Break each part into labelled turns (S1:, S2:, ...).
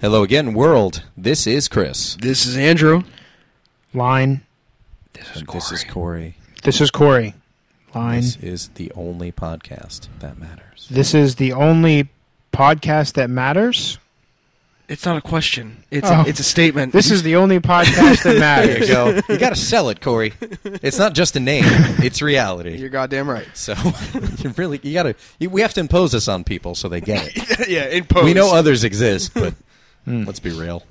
S1: Hello again, world. This is Chris.
S2: This is Andrew.
S3: Line.
S1: This is Corey. This is, Corey.
S3: This is Corey. Line.
S1: This is the only podcast that matters.
S3: This is the only podcast that matters.
S2: It's not a question. It's
S3: Oh.
S2: a, it's a statement.
S3: This is the only podcast that matters.
S1: There you go. You got to sell it, Corey. It's not just a name; it's reality.
S2: you're goddamn right.
S1: So you really you got to. You, we have to impose this on people so they get it.
S2: yeah, in post.
S1: We know others exist, but let's be real.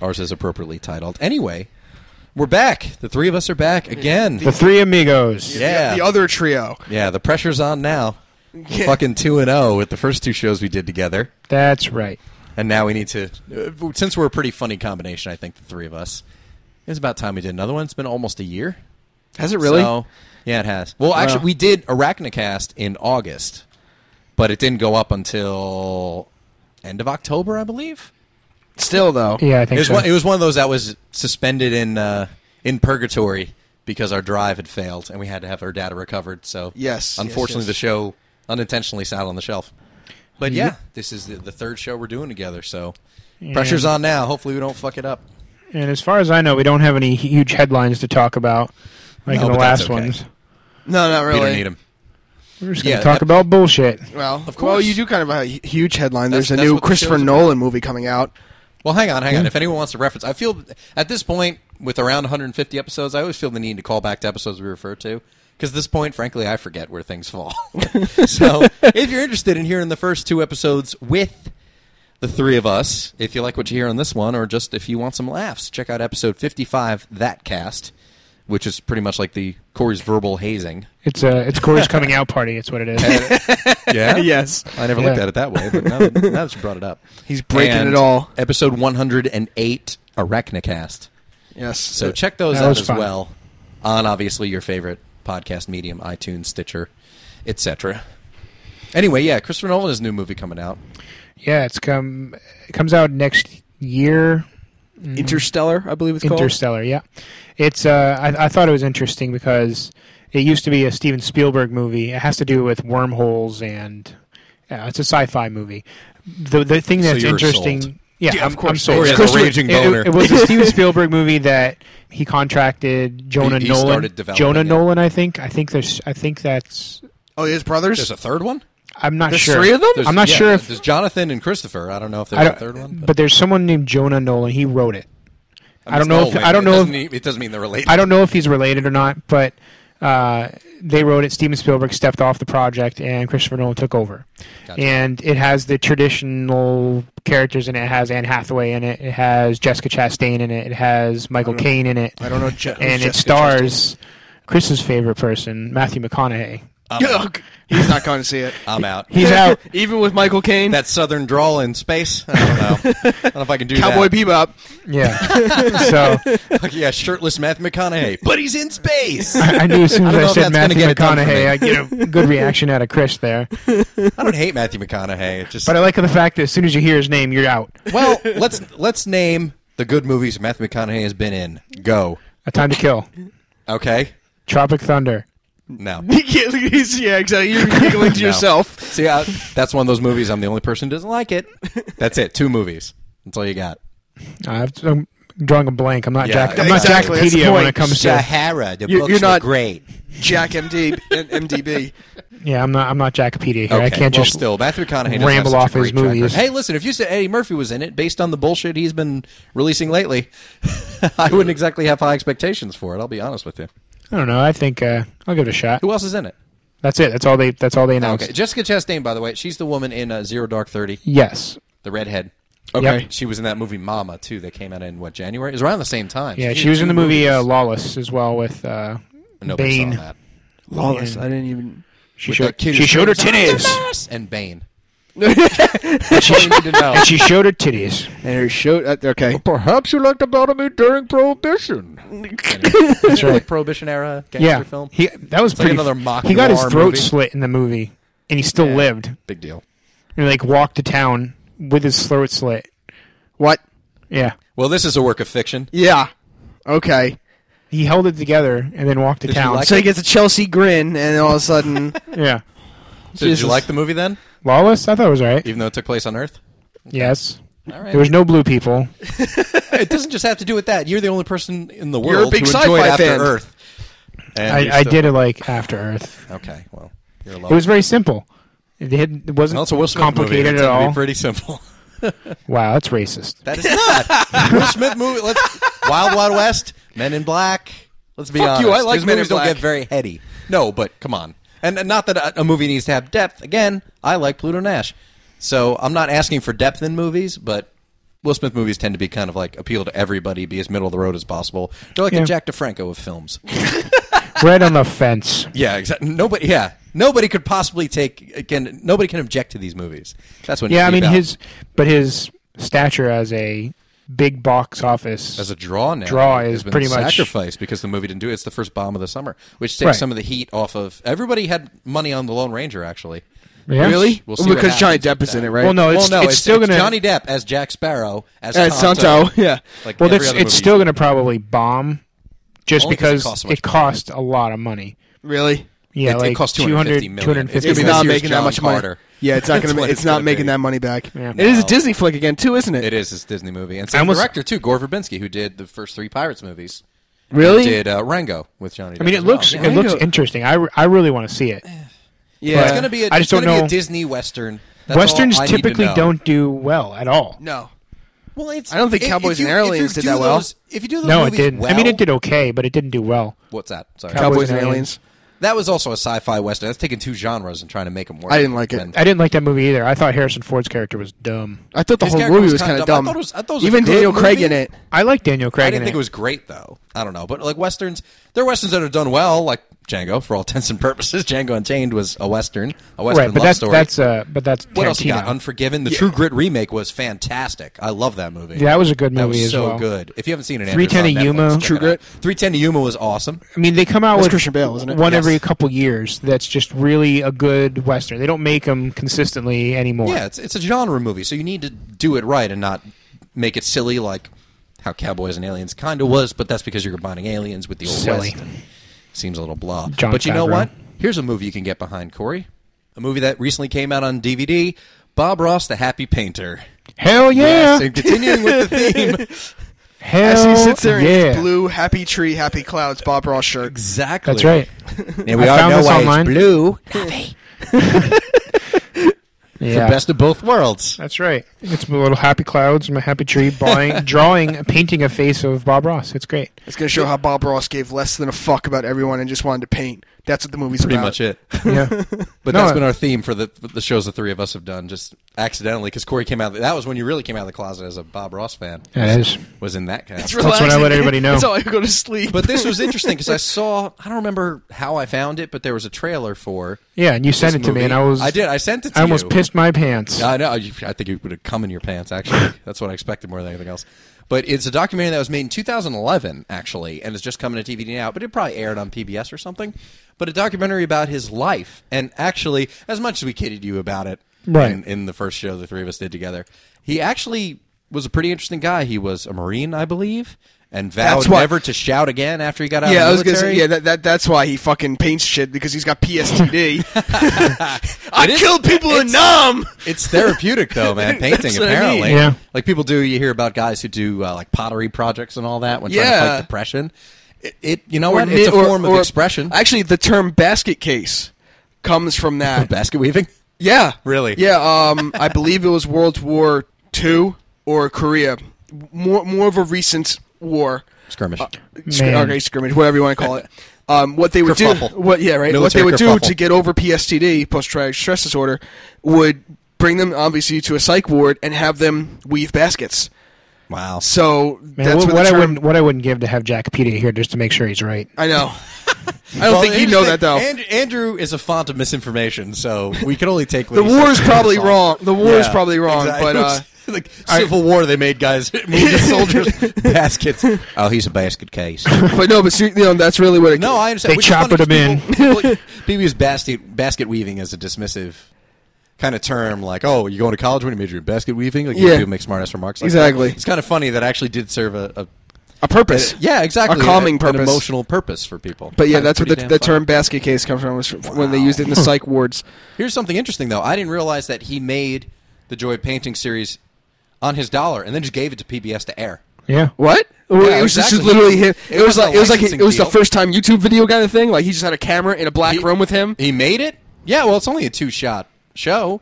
S1: Ours is appropriately titled. Anyway, we're back. The three of us are back again.
S3: The Three Amigos.
S1: Yeah.
S2: the other trio.
S1: Yeah, the pressure's on now. Fucking two and zero with the first two shows we did together.
S3: That's right.
S1: And now we need to, uh, since we're a pretty funny combination, I think the three of us. It's about time we did another one. It's been almost a year.
S2: Has it really?
S1: So, yeah, it has. Well, actually, we did Arachnocast in August, but it didn't go up until end of October, I believe.
S2: Still though.
S3: Yeah, I
S1: It
S3: think
S1: was,
S3: so.
S1: one, it was one of those that was suspended in uh, in purgatory because our drive had failed and we had to have our data recovered. So
S2: Yes, yes,
S1: unfortunately,
S2: yes.
S1: the show unintentionally sat on the shelf. But yeah, this is the, the third show we're doing together. So pressure's on now. Hopefully, we don't fuck it up.
S3: and as far as I know, we don't have any huge headlines to talk about like
S1: No,
S3: in the
S1: but that's
S3: last
S1: okay.
S3: ones.
S2: No, not
S1: We
S2: really.
S1: don't need them.
S3: We're just going to
S1: Yeah,
S3: talk
S1: that-
S3: about bullshit.
S2: Well, of
S1: course.
S2: course. Well, you do kind of have a hu- huge headline.
S1: That's-
S2: There's a
S1: that's
S2: new
S1: what the
S2: Christopher
S1: show's about.
S2: Nolan movie coming out.
S1: Well, hang on, hang on. If anyone wants to reference, I feel at this point with around 150 episodes, I always feel the need to call back to episodes we refer to because at this point, frankly, I forget where things fall. so, if you're interested in hearing the first two episodes with the three of us, if you like what you hear on this one, or just if you want some laughs, check out episode 55, that cast, which is pretty much like the Corey's verbal hazing.
S3: It's a it's Corey's coming out party. It's what it
S1: Uh,
S3: is.
S1: Yeah,
S2: Yes.
S1: I never looked
S3: Yeah.
S1: at it that way, but now that, now that you brought it up,
S2: He's breaking
S1: And
S2: it all.
S1: Episode 108, Arachnacast.
S2: Yes. Uh,
S1: So check those
S3: That
S1: out
S3: was
S1: as
S3: fun.
S1: well on obviously your favorite podcast medium, iTunes, Stitcher, etc. Anyway, yeah, Christopher Nolan's new movie coming out.
S3: yeah, it's come it comes out next year.
S2: Mm-hmm. Interstellar, I believe it's called.
S3: Interstellar. Yeah, it's. Uh, I, I thought it was interesting because it used to be a Steven Spielberg movie. It has to do with wormholes and uh, it's a sci-fi movie. The the thing
S1: So
S3: that's
S1: you were
S3: interesting.
S1: sold.
S3: Yeah,
S2: Yeah,
S3: I'm,
S2: of course.
S3: I'm sold.
S1: Or as a
S3: Christopher-
S1: raging
S3: it-
S1: boner.
S3: It, it was a Steven Spielberg movie that he contracted Jonah
S1: he
S3: Nolan.
S1: started developing
S3: Jonah
S1: it.
S3: Nolan, I think. I think there's. I think that's.
S2: Oh, his brothers.
S1: There's a third one.
S3: I'm not
S2: There's
S3: sure.
S2: three of them?
S1: There's,
S3: I'm not
S1: yeah,
S3: sure if
S1: there's Jonathan and Christopher. I don't know if
S3: I
S1: there's a
S3: don't,
S1: third one,
S3: but there's someone named Jonah Nolan. He wrote it. I,
S1: mean,
S3: don't know.
S1: it's
S3: If,
S1: Nolan.
S3: I don't
S1: It
S3: know.
S1: doesn't,
S3: If,
S1: mean- it doesn't mean they're related.
S3: I don't know if he's related or not, but uh, they wrote it. Steven Spielberg stepped off the project, and Christopher Nolan took over.
S1: Gotcha.
S3: And it has the traditional characters in it. It has Anne Hathaway in it. It has Jessica Chastain in it. It has Michael
S1: Mm-hmm.
S3: Caine in it.
S2: I don't know. Je-
S3: And
S2: Jessica
S3: it stars Chris's favorite person, Matthew McConaughey.
S1: I'm,
S2: Chastain.
S1: out.
S2: Ugh. He's not going to see it.
S1: I'm out.
S3: He's out.
S2: Even with Michael Caine,
S1: That southern drawl in space. I don't know. I don't know if I can do
S2: Cowboy
S1: that.
S2: Bebop.
S3: Yeah. so
S1: Fuck yeah, shirtless Matthew McConaughey, but he's in space.
S3: I, I knew as soon
S1: I don't
S3: as I,
S1: know if
S3: said
S1: that's gonna
S3: Matthew
S1: get it done for me.
S3: McConaughey, I get a good reaction out of Chris there.
S1: I don't hate Matthew McConaughey. It's just
S3: But I like the fact that as soon as you hear his name, you're out.
S1: Well, let's let's name the good movies Matthew McConaughey has been in. Go.
S3: A Time to Kill,
S1: Okay.
S3: Tropic Thunder.
S1: No.
S2: yeah, he's- yeah, exactly. You're giggling to
S1: No.
S2: yourself.
S1: See, I, that's one of those movies. I'm the only person who doesn't like it. That's it. Two movies. That's all you got.
S3: I've, I'm drawing a blank. I'm not
S1: Yeah,
S3: Jack. I'm not
S2: exactly, that's the
S3: Jackpedia when
S2: point.
S3: it comes to.
S1: Sahara. The
S2: You-
S1: books
S2: you're
S1: were
S2: not-
S1: great.
S2: Jack MD and MDB.
S3: Yeah, I'm not. I'm not Jackpedia here.
S1: Okay.
S3: I can't
S1: well,
S3: just.
S1: still Matthew McConaughey does
S3: ramble
S1: have
S3: off
S1: such a
S3: his
S1: great track
S3: movies.
S1: record. Hey, listen, if you said Eddie Murphy was in it, based on the bullshit he's been releasing lately, I wouldn't exactly have high expectations for it. I'll be honest with you.
S3: I don't know. I think uh, I'll give it a shot.
S1: Who else is in it?
S3: That's it. That's all they. That's all they announced.
S1: Okay, Jessica Chastain, by the way, she's the woman in uh, Zero Dark Thirty,
S3: Yes.
S1: the redhead.
S3: Okay. Yep.
S1: She was in that movie Mama too. That came out in what January? It was around the same time.
S3: Yeah,
S1: She-
S3: she was in the movie uh, Lawless as well with uh,
S1: Nobody
S3: Bane.
S1: saw that.
S2: Lawless. I didn't even.
S3: She
S1: With
S3: showed.
S1: that kid
S3: She
S1: who
S3: showed her
S1: screams, "I'm the
S3: titties.
S1: best!" and Bane. uh,
S3: she, and she showed her titties.
S2: And her show. uh, okay.
S1: Perhaps you liked about me during Prohibition. That's
S3: right.
S1: right. Prohibition era gangster
S3: yeah.
S1: film.
S3: He that was
S1: like
S3: pretty.
S1: another mock
S3: he got his
S1: noir
S3: throat
S1: movie.
S3: slit in the movie, and he still lived. And
S1: Big deal.
S3: he, like walked to town with his throat slit.
S2: What?
S3: Yeah.
S1: Well, this is a work of fiction.
S2: Yeah. Okay.
S3: He held it together and then walked to
S1: Did you
S3: town.
S1: like
S2: So he gets a Chelsea grin, and all of a sudden,
S3: yeah.
S1: So did you
S2: Jesus.
S1: like the movie then,
S3: Lawless? I thought it was all right.
S1: even though it took place on Earth?
S3: Yes.
S1: All right.
S3: There was no blue people.
S1: it doesn't just have to do with that. You're the only person in the world
S2: a big
S1: who enjoyed
S2: sci-fi
S1: After
S2: fan.
S1: Earth. And
S3: I,
S1: you're
S3: I
S1: still-
S3: did it like After Earth.
S1: Okay, well, you're alone.
S3: It was very simple. It, had, it wasn't
S1: Well, it's a Will Smith
S3: complicated
S1: movie.
S3: at
S1: It's gonna
S3: all.
S1: Be pretty simple.
S3: wow, that's racist.
S1: That is not Will Smith movie. Let's Wild Wild West, Men in Black. Let's be
S2: Fuck
S1: honest.
S2: you, I like
S1: These
S2: Men in
S1: movies
S2: Black.
S1: don't get very heady. No, but come on, and, and not that a, a movie needs to have depth. Again, I like Pluto Nash, so I'm not asking for depth in movies, but. Will Smith movies tend to be kind of like appeal to everybody, be as middle of the road as possible. They're like
S3: Yeah.
S1: the Jack DeFranco of films.
S3: Right on the fence.
S1: Yeah, exactly. Nobody, yeah, nobody could possibly take again. Nobody can object to these movies. That's when. you
S3: Yeah, I
S1: leap
S3: mean
S1: out.
S3: his, but his stature as a big box office
S1: as a draw now.
S3: Draw
S1: has
S3: is
S1: been
S3: pretty much-
S1: sacrificed because the movie didn't do it. It's the first bomb of the summer, which takes
S3: Right.
S1: some of the heat off of everybody. Had money on the Lone Ranger actually.
S3: Yeah.
S2: Really?
S1: We'll see what
S2: because Johnny
S1: happens with
S2: Depp is in
S1: that.
S2: it, right?
S3: Well, no, it's,
S1: well, no,
S3: it's, still going to
S1: Johnny Depp as Jack Sparrow as,
S2: As Santo, yeah.
S1: Like
S3: Well,
S1: every
S3: that's,
S1: other
S3: it's
S1: movie.
S3: still going to probably bomb, just
S1: Only 'cause it
S3: because
S1: costs so much
S3: it cost a lot of money.
S2: Really?
S1: It,
S3: Yeah,
S1: it
S3: like
S1: cost
S3: 200,
S1: 250 million. It's
S2: It's
S1: gonna be
S2: not
S1: this year's
S2: making that
S1: John
S2: much money.
S1: Carter.
S2: Yeah, it's not
S1: That's
S2: going to.
S1: what
S2: It's,
S1: it's
S2: not
S1: gonna
S2: making
S1: be.
S2: that money back.
S3: Yeah.
S2: It is a
S1: No.
S2: Disney flick again, too, isn't it?
S1: It is this Disney movie, and
S3: I
S1: same
S3: almost-
S1: director too, Gore Verbinski, who did the first three Pirates movies.
S2: Really?
S1: Did uh, Rango with Johnny?
S3: I mean,
S1: Depp
S3: it
S1: as well.
S3: looks
S1: Yeah.
S3: it looks
S2: Rango-
S3: interesting. I, re- I really want to see it.
S2: Yeah.
S1: It's gonna be. A,
S3: I just
S1: it's gonna
S3: don't
S1: be a
S3: know.
S1: Disney western. That's all
S3: Westerns
S1: I need to
S3: typically
S1: know.
S3: don't do well at all.
S2: no.
S1: Well, it's,
S2: I don't think Cowboys and Aliens
S1: do
S2: did that well.
S1: those- if you do those
S3: No, it
S1: movies
S3: didn't.
S1: well-
S3: I mean, it did okay, but it didn't do well.
S1: What's that? Sorry,
S3: Cowboys
S2: Cowboys
S3: and
S2: and
S3: Aliens.
S2: aliens.
S1: that was also a sci-fi western. That's taking two genres and trying to make them work.
S2: I didn't like it.
S1: And-
S3: I didn't like that movie either. I thought Harrison Ford's character was dumb.
S2: I thought the
S1: His
S2: whole
S1: character
S2: movie
S1: was
S2: was kind
S1: kinda
S2: of
S1: dumb. I
S2: dumb.
S1: thought it was- I thought it was a
S2: Even
S1: good
S2: Daniel Craig
S1: movie.
S2: in it.
S3: I like Daniel Craig.
S1: I didn't
S3: in
S1: think it was great though. I don't know, but like westerns, there are westerns that are done well, like Django for all intents and purposes. Django Unchained was a western, a western
S3: right, but
S1: love
S3: that's
S1: story.
S3: that's uh, but that's
S1: what else you got?
S3: Tarantino.
S1: Unforgiven. The True Grit remake was fantastic. I love that movie.
S3: Yeah, that was a good
S1: That
S3: movie
S1: was
S3: as
S1: so
S3: well.
S1: good. If you haven't seen it,
S3: 310 to Yuma.
S2: True Grit.
S1: Three Ten to Yuma was awesome.
S3: I mean, they come out
S2: That's
S3: with
S2: Christian Bale, isn't it?
S3: one
S1: Yes.
S3: every couple years. That's just really a good western. They don't make them consistently anymore.
S1: Yeah, it's it's a genre movie, so you need to do it right and not make it silly like how Cowboys and Aliens kind of was, but that's because you're combining aliens with the old
S3: Silly.
S1: west. and Seems a little blah.
S3: John
S1: but you know
S3: Favreau.
S1: what? Here's a movie you can get behind, Corey. A movie that recently came out on DVD, Bob Ross the Happy Painter.
S3: Hell yeah!
S1: Yes, and continuing with the theme.
S3: Hell
S2: As he sits there in
S3: yeah!
S2: his blue happy tree, happy clouds, Bob Ross shirt.
S1: Exactly.
S3: That's right.
S1: And we
S3: I
S1: all
S3: found
S1: know
S3: this
S1: why
S3: online.
S1: it's blue. Happy.
S3: Yeah.
S1: The best of both worlds.
S3: That's right. It's my little happy clouds, my happy tree, buying, drawing, painting a face of Bob Ross. It's great.
S2: It's going to show how Bob Ross gave less than a fuck about everyone and just wanted to paint. That's what the movie's
S1: Pretty
S3: Uh,
S2: about.
S1: much it.
S3: Yeah.
S1: But
S3: No,
S1: that's
S3: I-
S1: been our theme for the the shows the three of us have done, just accidentally, because Corey came out. That was when you really came out of the closet as a Bob Ross fan.
S3: Yeah, it is.
S1: Was in that kind.
S2: It's
S1: Of.
S3: what I
S2: relaxing.
S3: let everybody know.
S2: That's how I go to sleep.
S1: But this was interesting because I saw. I don't remember how I found it, but there was a trailer for.
S3: Yeah, and you sent
S1: this
S3: it to me,
S1: movie.
S3: and I was
S1: I did. I sent it. to
S3: I almost
S1: you.
S3: pissed my pants.
S1: I know. you- I think it would have come in your pants. Actually, that's what I expected more than anything else. But it's a documentary that was made in 2011, actually, and it's just coming to DVD now. But it probably aired on PBS or something. But a documentary about his life, and actually, as much as we kidded you about it,
S3: Right.
S1: in, in the first show the three of us did together, he actually was a pretty interesting guy. He was a Marine, I believe, and vowed
S2: That's why-
S1: never to shout again after he got out.
S2: yeah, I
S1: of
S2: was
S1: the
S2: going to
S1: military.
S2: say, yeah, that, that, that's why he fucking paints shit because he's got PSTD. I
S1: It is-
S2: killed people in Nam!
S1: It's therapeutic though, man. Painting
S2: That's what I
S1: apparently,
S3: mean. Yeah.
S1: Like people do, you hear about guys who do uh, like pottery projects and all that when trying to
S2: Yeah.
S1: fight depression. It, it you know what? It's a
S2: knit-
S1: form of
S2: or-
S1: expression.
S2: Actually, the term basket case comes from that.
S1: Basket weaving.
S2: Yeah.
S1: Really?
S2: Yeah. Um, I believe it was World War Two or Korea. More, more of a recent war.
S1: Skirmish.
S2: Scr-
S3: Man.
S2: okay, skirmish, whatever you want to call it. Um, what they would
S1: Kerfuffle.
S2: do, what yeah, right. what
S1: Military
S2: they would
S1: kerfuffle.
S2: do to get over PSTD, post traumatic stress disorder, would bring them obviously to a psych ward and have them weave baskets.
S1: wow.
S2: So
S3: Man,
S2: that's what,
S3: what, what
S2: the
S3: I
S2: term-
S3: wouldn't what I wouldn't give to have Jack Peta here just to make sure he's right.
S2: I know. I don't think you know that though.
S1: Andrew, Andrew is a font of misinformation, so we can only take what
S2: The
S1: he
S2: war
S1: says
S2: is
S1: for
S2: probably
S1: himself.
S2: wrong. The war is probably wrong,
S1: exactly.
S2: but, uh,
S1: like Civil War, they made guys move the soldiers baskets. Oh, he's a basket case.
S2: but no, but ser- you know that's really what it.
S1: No, I understand.
S3: They
S1: which is funny
S3: choppered 'em
S1: 'cause people, in. People, people use basket basket weaving as a dismissive kind of term, like, "Oh, you going to college when you major in basket weaving?" Like,
S2: Yeah.
S1: you do make smart ass remarks. Like
S2: Exactly.
S1: that. It's kind of funny that actually did serve a, a
S2: a purpose.
S1: yeah, exactly,
S2: A calming
S1: an
S2: purpose.
S1: emotional purpose for people.
S2: But yeah,
S1: Kinda
S2: that's where the,
S1: pretty
S2: the
S1: damn funny.
S2: term basket case comes from, was from when they used it in the psych wards.
S1: Here's something interesting, though. I didn't realize that he made the Joy Painting series on his dollar and then just gave it to PBS to air.
S3: Yeah.
S2: What? Well, it was
S1: exactly.
S2: just literally him. It,
S1: It
S2: was,
S1: was
S2: like
S1: a
S2: it was like it
S1: licensing
S2: was the
S1: deal.
S2: first time YouTube video kind of thing. Like he just had a camera in a black
S1: He-
S2: room with him.
S1: He made it. Yeah, well, it's only a two shot show.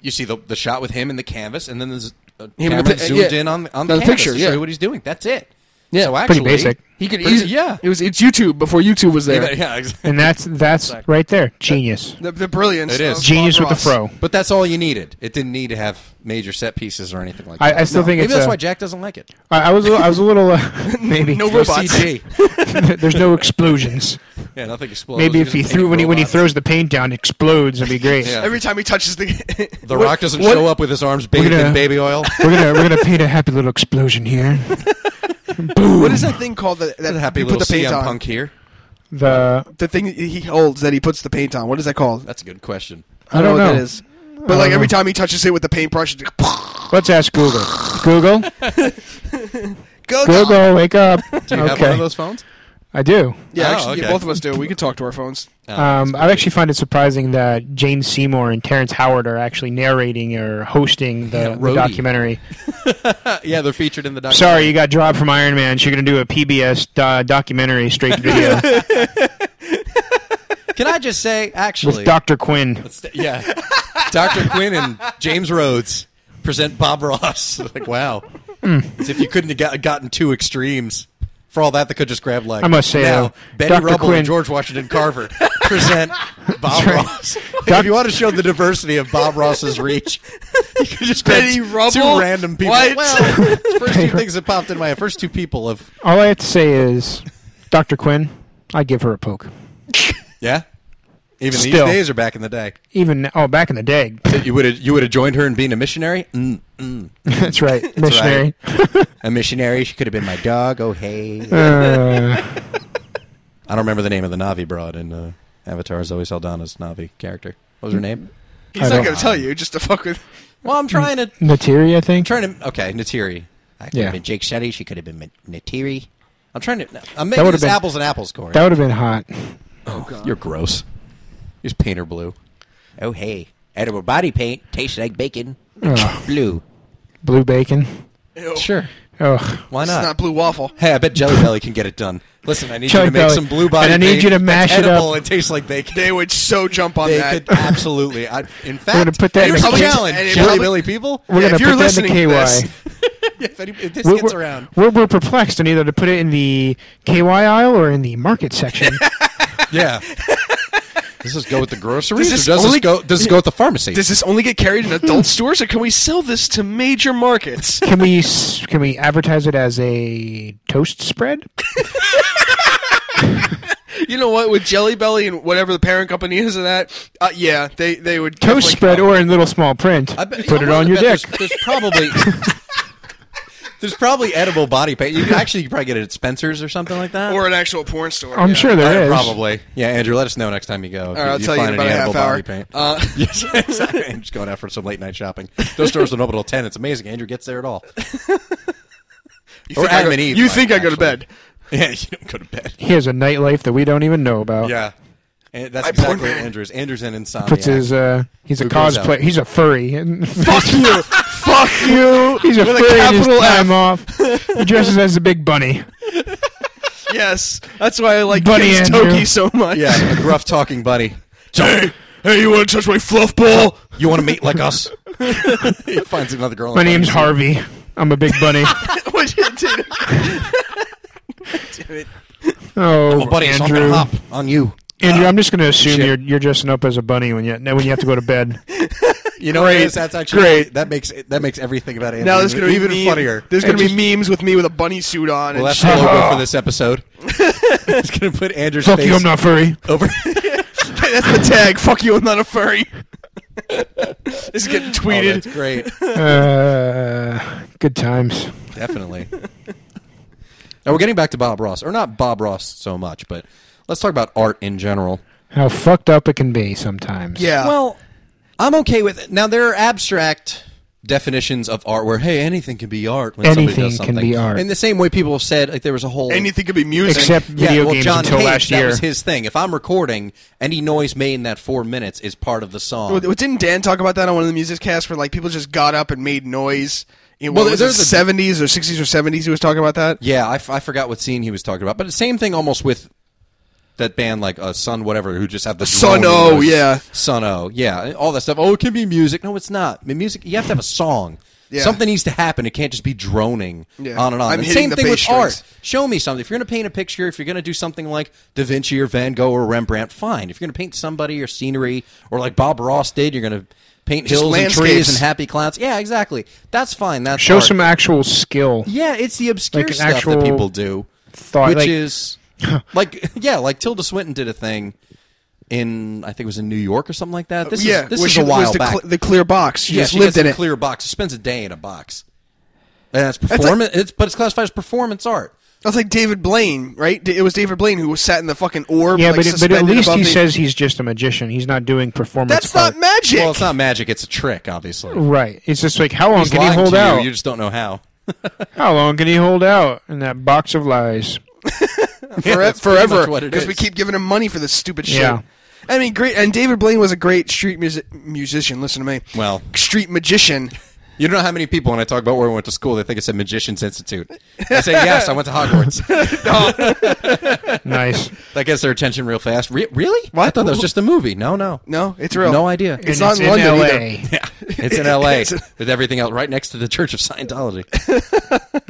S1: You see the the shot with him in the canvas, and then there's a
S2: Him
S1: camera
S2: in the pi-
S1: zoomed
S2: yeah.
S1: in on on
S2: On the
S1: the, canvas
S2: picture,
S1: to
S2: yeah.
S1: show you what he's doing. That's it.
S2: Yeah.
S1: so
S3: Pretty
S1: actually,
S3: basi-
S2: He could
S1: Pretty-
S2: easily,
S1: yeah.
S2: It was it's YouTube before YouTube was there.
S1: Yeah, yeah, exactly.
S3: And that's that's right there. Genius.
S2: The, the brilliance.
S1: It is.
S2: of
S3: Genius
S2: Bob
S3: with the
S2: Ross.
S3: fro.
S1: But that's all you needed. It didn't need to have major set pieces or anything like that.
S3: I, I still think
S1: Maybe
S3: it's.
S1: that's
S3: a-
S1: why Jack doesn't like it.
S3: I, I was a- I was a little uh, maybe
S2: No
S1: No
S2: robots.
S1: CG.
S3: there's no explosions.
S1: yeah, nothing explodes.
S3: Maybe
S1: He
S3: if he
S1: doesn't
S3: threw
S1: hate
S3: when he when he
S1: robots.
S3: throws the paint down, it explodes. It'd be great.
S1: Yeah.
S2: Every time he touches the
S1: the Rock doesn't
S2: what-
S1: show up with his arms bathed
S3: gonna-
S1: in baby oil.
S3: We're gonna we're gonna paint a happy little explosion here.
S2: What is that thing called that, that
S1: That happy
S2: you put
S1: little
S2: the paint
S1: CM
S2: on?
S1: Punk here.
S3: The
S2: The thing he holds that he puts the paint on. What is that called?
S1: That's a good question.
S3: I don't
S2: what
S3: know.
S2: that is. But like
S3: don't
S2: every
S3: know.
S2: time he touches it with the paintbrush, it's
S3: Let's ask Google. Google,
S2: go go.
S3: Google, wake up.
S1: Do you
S3: okay,
S1: have one of those phones?
S3: I do.
S2: Yeah,
S1: Oh,
S2: actually, yeah,
S1: okay.
S2: both of us do. We could talk to our phones.
S3: Um, I actually find it surprising that Jane Seymour and Terrence Howard are actually narrating or hosting the,
S1: Yeah,
S3: the
S1: roadie.
S3: documentary.
S1: Uh, yeah, they're featured in the documentary.
S3: Sorry, you got dropped from Iron Man. She's going to do a PBS do- documentary straight to video
S1: Can I just say, actually,
S3: with Dr. Quinn.
S1: St- yeah. Dr. Quinn and James Rhodes present Bob Ross. like, wow.
S3: Hmm.
S1: As if you couldn't have got, gotten two extremes. For all that, they could just grab like.
S3: I must say,
S1: now,
S3: uh,
S1: Betty
S3: Dr.
S1: Rubble
S3: Quinn-
S1: and George Washington Carver present Bob
S3: right.
S1: Ross. if you want to show the diversity of Bob Ross's reach, you could just grab
S2: Betty
S1: two
S2: Rubble?
S1: random people.
S2: What?
S1: Well, the first two things that popped in my head, first two people of
S3: All I have to say is, Dr. Quinn, I give her a poke.
S1: yeah. Even
S3: Still.
S1: these days or back in the day,
S3: Even oh, back in the day,
S1: you would have you would have joined her in being a missionary. Mm, mm.
S3: that's right, missionary.
S1: a missionary. She could have been my dog. Oh hey.
S3: Uh,
S1: I don't remember the name of the Navi broad in uh, Avatar. Zoe Saldana's Navi character. What was her name?
S2: He's
S3: I
S2: not
S3: don't-
S2: going to tell you just to fuck with.
S1: Well, I'm trying to
S3: Natiri, I think.
S1: trying to okay Natiri. I could
S3: Yeah.
S1: have been Jake Shetty. She could have been Ma- Natiri. I'm trying to. I'm
S3: That
S1: making
S3: would've
S1: this
S3: been-
S1: apples and apples, Corey.
S3: That would have been hot.
S2: Oh,
S1: You're gross. You're just painter blue. Oh hey, edible body paint tastes like bacon.
S3: Ugh.
S1: Blue.
S3: Blue bacon.
S2: Ew.
S1: Sure.
S3: Ugh.
S1: Why
S2: It's
S1: not?
S2: not blue waffle.
S1: Hey, I bet Jelly Belly can get it done. Listen, I need
S3: Jelly
S1: you to make
S3: Belly.
S1: some blue body.
S3: And I need
S1: paint
S3: you to
S1: that's
S3: mash it up.
S1: edible and tastes like bacon.
S2: They would so jump on
S1: They
S2: that.
S1: could absolutely. I, in fact,
S3: gonna put that in
S1: here's
S3: a
S1: a
S3: case.
S1: challenge.
S2: And it
S1: Jelly
S2: probably-
S1: Belly people.
S3: We're
S2: Yeah,
S3: gonna
S2: if you're
S3: put that in the
S2: listening to
S3: KY.
S2: this-
S1: if, any, if this
S3: We're,
S1: gets
S3: we're-
S1: around,
S3: we're- we're perplexed on either to put it in the KY aisle or in the market section.
S1: yeah. Does this go with the groceries?
S2: Does this
S1: or does
S2: only-
S1: this go? Does this go with the pharmacy?
S2: Does this only get carried in adult stores, or can we sell this to major markets?
S3: can we s- can we advertise it as a toast spread?
S2: you know what? With Jelly Belly and whatever the parent company is of that, uh, yeah, they they would
S3: Toast
S2: definitely-
S3: spread or in little small print.
S1: I bet-
S3: put
S1: I
S3: it
S1: wanna
S3: on your
S1: bet
S3: dick.
S1: There's, there's probably. There's probably edible body paint. You can actually you can probably get it at Spencer's or something like that.
S2: or an actual porn store.
S3: I'm
S2: yeah.
S3: sure there
S1: Yeah,
S3: is.
S1: probably. Yeah, Andrew, let us know next time you go.
S2: All right, I'll tell you in about a half hour. Uh,
S1: Yes, exactly. I'm just going out for some late night shopping. Those stores don't open until ten. It's amazing. Andrew gets there at all.
S2: you
S1: Or
S2: think I
S1: Adam
S2: go-
S1: and Eve.
S2: You
S1: might,
S2: think I go to
S1: actually.
S2: bed?
S1: Yeah, you don't go to bed.
S3: He has a nightlife that we don't even know about.
S1: Yeah, and that's
S2: I
S1: exactly
S2: porn
S1: what
S2: man.
S1: Andrew's. Andrew's an insomniac.
S3: Puts his uh, he's a
S1: Who goes
S3: cosplay.
S1: out?
S3: He's a furry.
S2: Fuck you! Fuck you!
S3: he's a
S2: With a
S3: furry. in his
S2: capital F.
S3: time off. He dresses as a big bunny.
S2: Yes, that's why I like
S3: Bunny
S2: Ken's
S3: Andrew.
S2: Toki so much.
S1: yeah, a gruff talking buddy.
S2: Hey, hey, you want to touch my fluff ball?
S1: You want to meet like us? he finds another girl.
S3: My name's Harvey. I'm a big bunny.
S2: What you did? Damn it.
S3: Oh,
S1: Oh, buddy, it's on
S3: Andrew.
S1: the hop on you.
S3: Andrew,
S2: Uh,
S3: I'm just going to assume
S1: Shit.
S3: you're you're dressing up as a bunny when you when you have to go to bed.
S1: You know what it
S2: Great,
S1: is? That's actually
S2: great.
S1: That makes it- that makes everything about Andrew
S2: Now there's gonna be
S1: even
S2: meme-
S1: funnier.
S2: There's gonna
S3: And
S2: be memes with me with a bunny suit on.
S1: well,
S2: and
S1: that's
S2: shit.
S1: the logo for this episode. It's gonna put Andrew's
S3: Fuck
S1: face
S3: you, I'm not furry.
S1: over. Oh,
S2: that's the tag. Fuck you, I'm not a furry. this is getting
S1: oh,
S2: tweeted.
S1: that's great.
S3: Uh, good times.
S1: Definitely. now we're getting back to Bob Ross, or not Bob Ross so much, but let's talk about art in general.
S3: How fucked up it can be sometimes.
S2: yeah.
S1: Well, I'm okay with it. Now there are abstract definitions of art where hey, anything can be art when somebody
S3: Anything
S1: does
S3: can
S1: something.
S3: be art.
S1: In the same way people have said like there was a whole
S2: anything could be music.
S3: Except video
S1: yeah, well,
S3: games
S1: John
S3: until
S1: Cage,
S3: last
S1: That
S3: year.
S1: was his thing. If I'm recording, any noise made in that four minutes is part of the song.
S2: Well, didn't Dan talk about that on one of the music casts where like people just got up and made noise You know,
S1: Well,
S2: what was
S1: there's
S2: it,
S1: a-
S2: 70s or 60s or 70s he was talking about that?
S1: Yeah, I, f- I forgot what scene he was talking about, but the same thing almost with that band like uh, Sun whatever who just have the
S2: Sun
S1: droning
S2: O,
S1: voice.
S2: yeah.
S1: Sun O, yeah, all that stuff. Oh, it can be music. No, it's not. I mean, music. You have to have a song.
S2: Yeah.
S1: Something needs to happen. It can't just be droning
S2: Yeah.
S1: on and on.
S2: I'm
S1: and
S2: hitting
S1: same
S2: the
S1: thing
S2: bass
S1: with
S2: strings.
S1: art. Show me something. If you're going to paint a picture, if you're going to do something like Da Vinci or Van Gogh or Rembrandt, fine. If you're going to paint somebody or scenery or like Bob Ross did, you're going to paint
S2: Just
S1: hills and
S2: landscapes.
S1: trees and happy clouds. Yeah, exactly. That's fine. That's
S3: Show
S1: art.
S3: some actual skill.
S1: Yeah, it's the obscure
S3: Like an
S1: stuff
S3: actual
S1: that people do,
S3: thought,
S1: which
S3: like-
S1: is like yeah, like Tilda Swinton did a thing in I think it was in New York or something like that. This
S2: yeah,
S1: is this
S2: where
S1: is
S2: she-
S1: a
S2: was
S1: while
S2: the,
S1: back.
S2: cl- the clear box. She
S1: yeah,
S2: just
S1: she
S2: lived
S1: gets
S2: in
S1: a
S2: it.
S1: clear box. She spends a day in a box, and that's performance. it's but it's classified as performance art.
S2: That's like David Blaine, right? D- It was David Blaine who was sat in the fucking orb.
S3: Yeah,
S2: like,
S3: but, it- but at
S2: suspended
S3: least
S2: above
S3: he
S2: the-
S3: says he's just a magician. He's not doing performance.
S2: that's not
S3: art.
S2: magic.
S1: Well, it's not magic; it's a trick, obviously.
S3: right. It's just like how long
S1: He's
S3: can he
S1: lying
S3: hold
S1: to you,
S3: out?
S1: You just don't know how.
S3: How long can he hold out in that box of lies?
S1: Yeah,
S2: Fore-
S1: that's pretty much
S2: forever
S1: what it
S2: because we
S1: is.
S2: keep giving him money for this stupid shit.
S3: Yeah.
S2: I mean, great. And David Blaine was a great street music musician. Listen to me.
S1: Well.
S2: street magician.
S1: You don't know how many people when I talk about where I went to school, they think it's a magician's institute. I say yes, I went to Hogwarts.
S3: Nice.
S1: that gets their attention real fast. Re- really? I
S2: What?
S1: thought that was just a movie. No, no,
S2: No, it's real.
S1: No idea.
S2: It's
S3: And
S2: not in
S3: in
S2: London
S3: LA.
S2: either.
S1: It's in L.A.
S2: It's-
S1: with everything else right next to the Church of Scientology.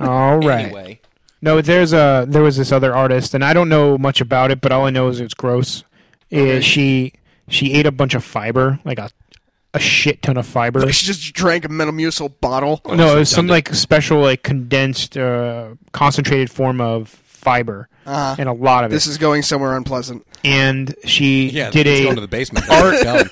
S3: All right.
S1: Anyway,
S3: No, there's a there was this other artist, and I don't know much about it, but all I know is it's gross. Is she she ate a bunch of fiber, like a a shit ton of fiber.
S2: She just drank a Metamucil bottle.
S3: no, it was some like special, like condensed, uh, concentrated form of fiber,
S2: Uh-huh.
S3: and a lot of
S2: This
S3: it.
S2: is going somewhere unpleasant.
S3: And she
S1: yeah,
S3: did
S1: it's
S3: a
S1: going to the basement. Art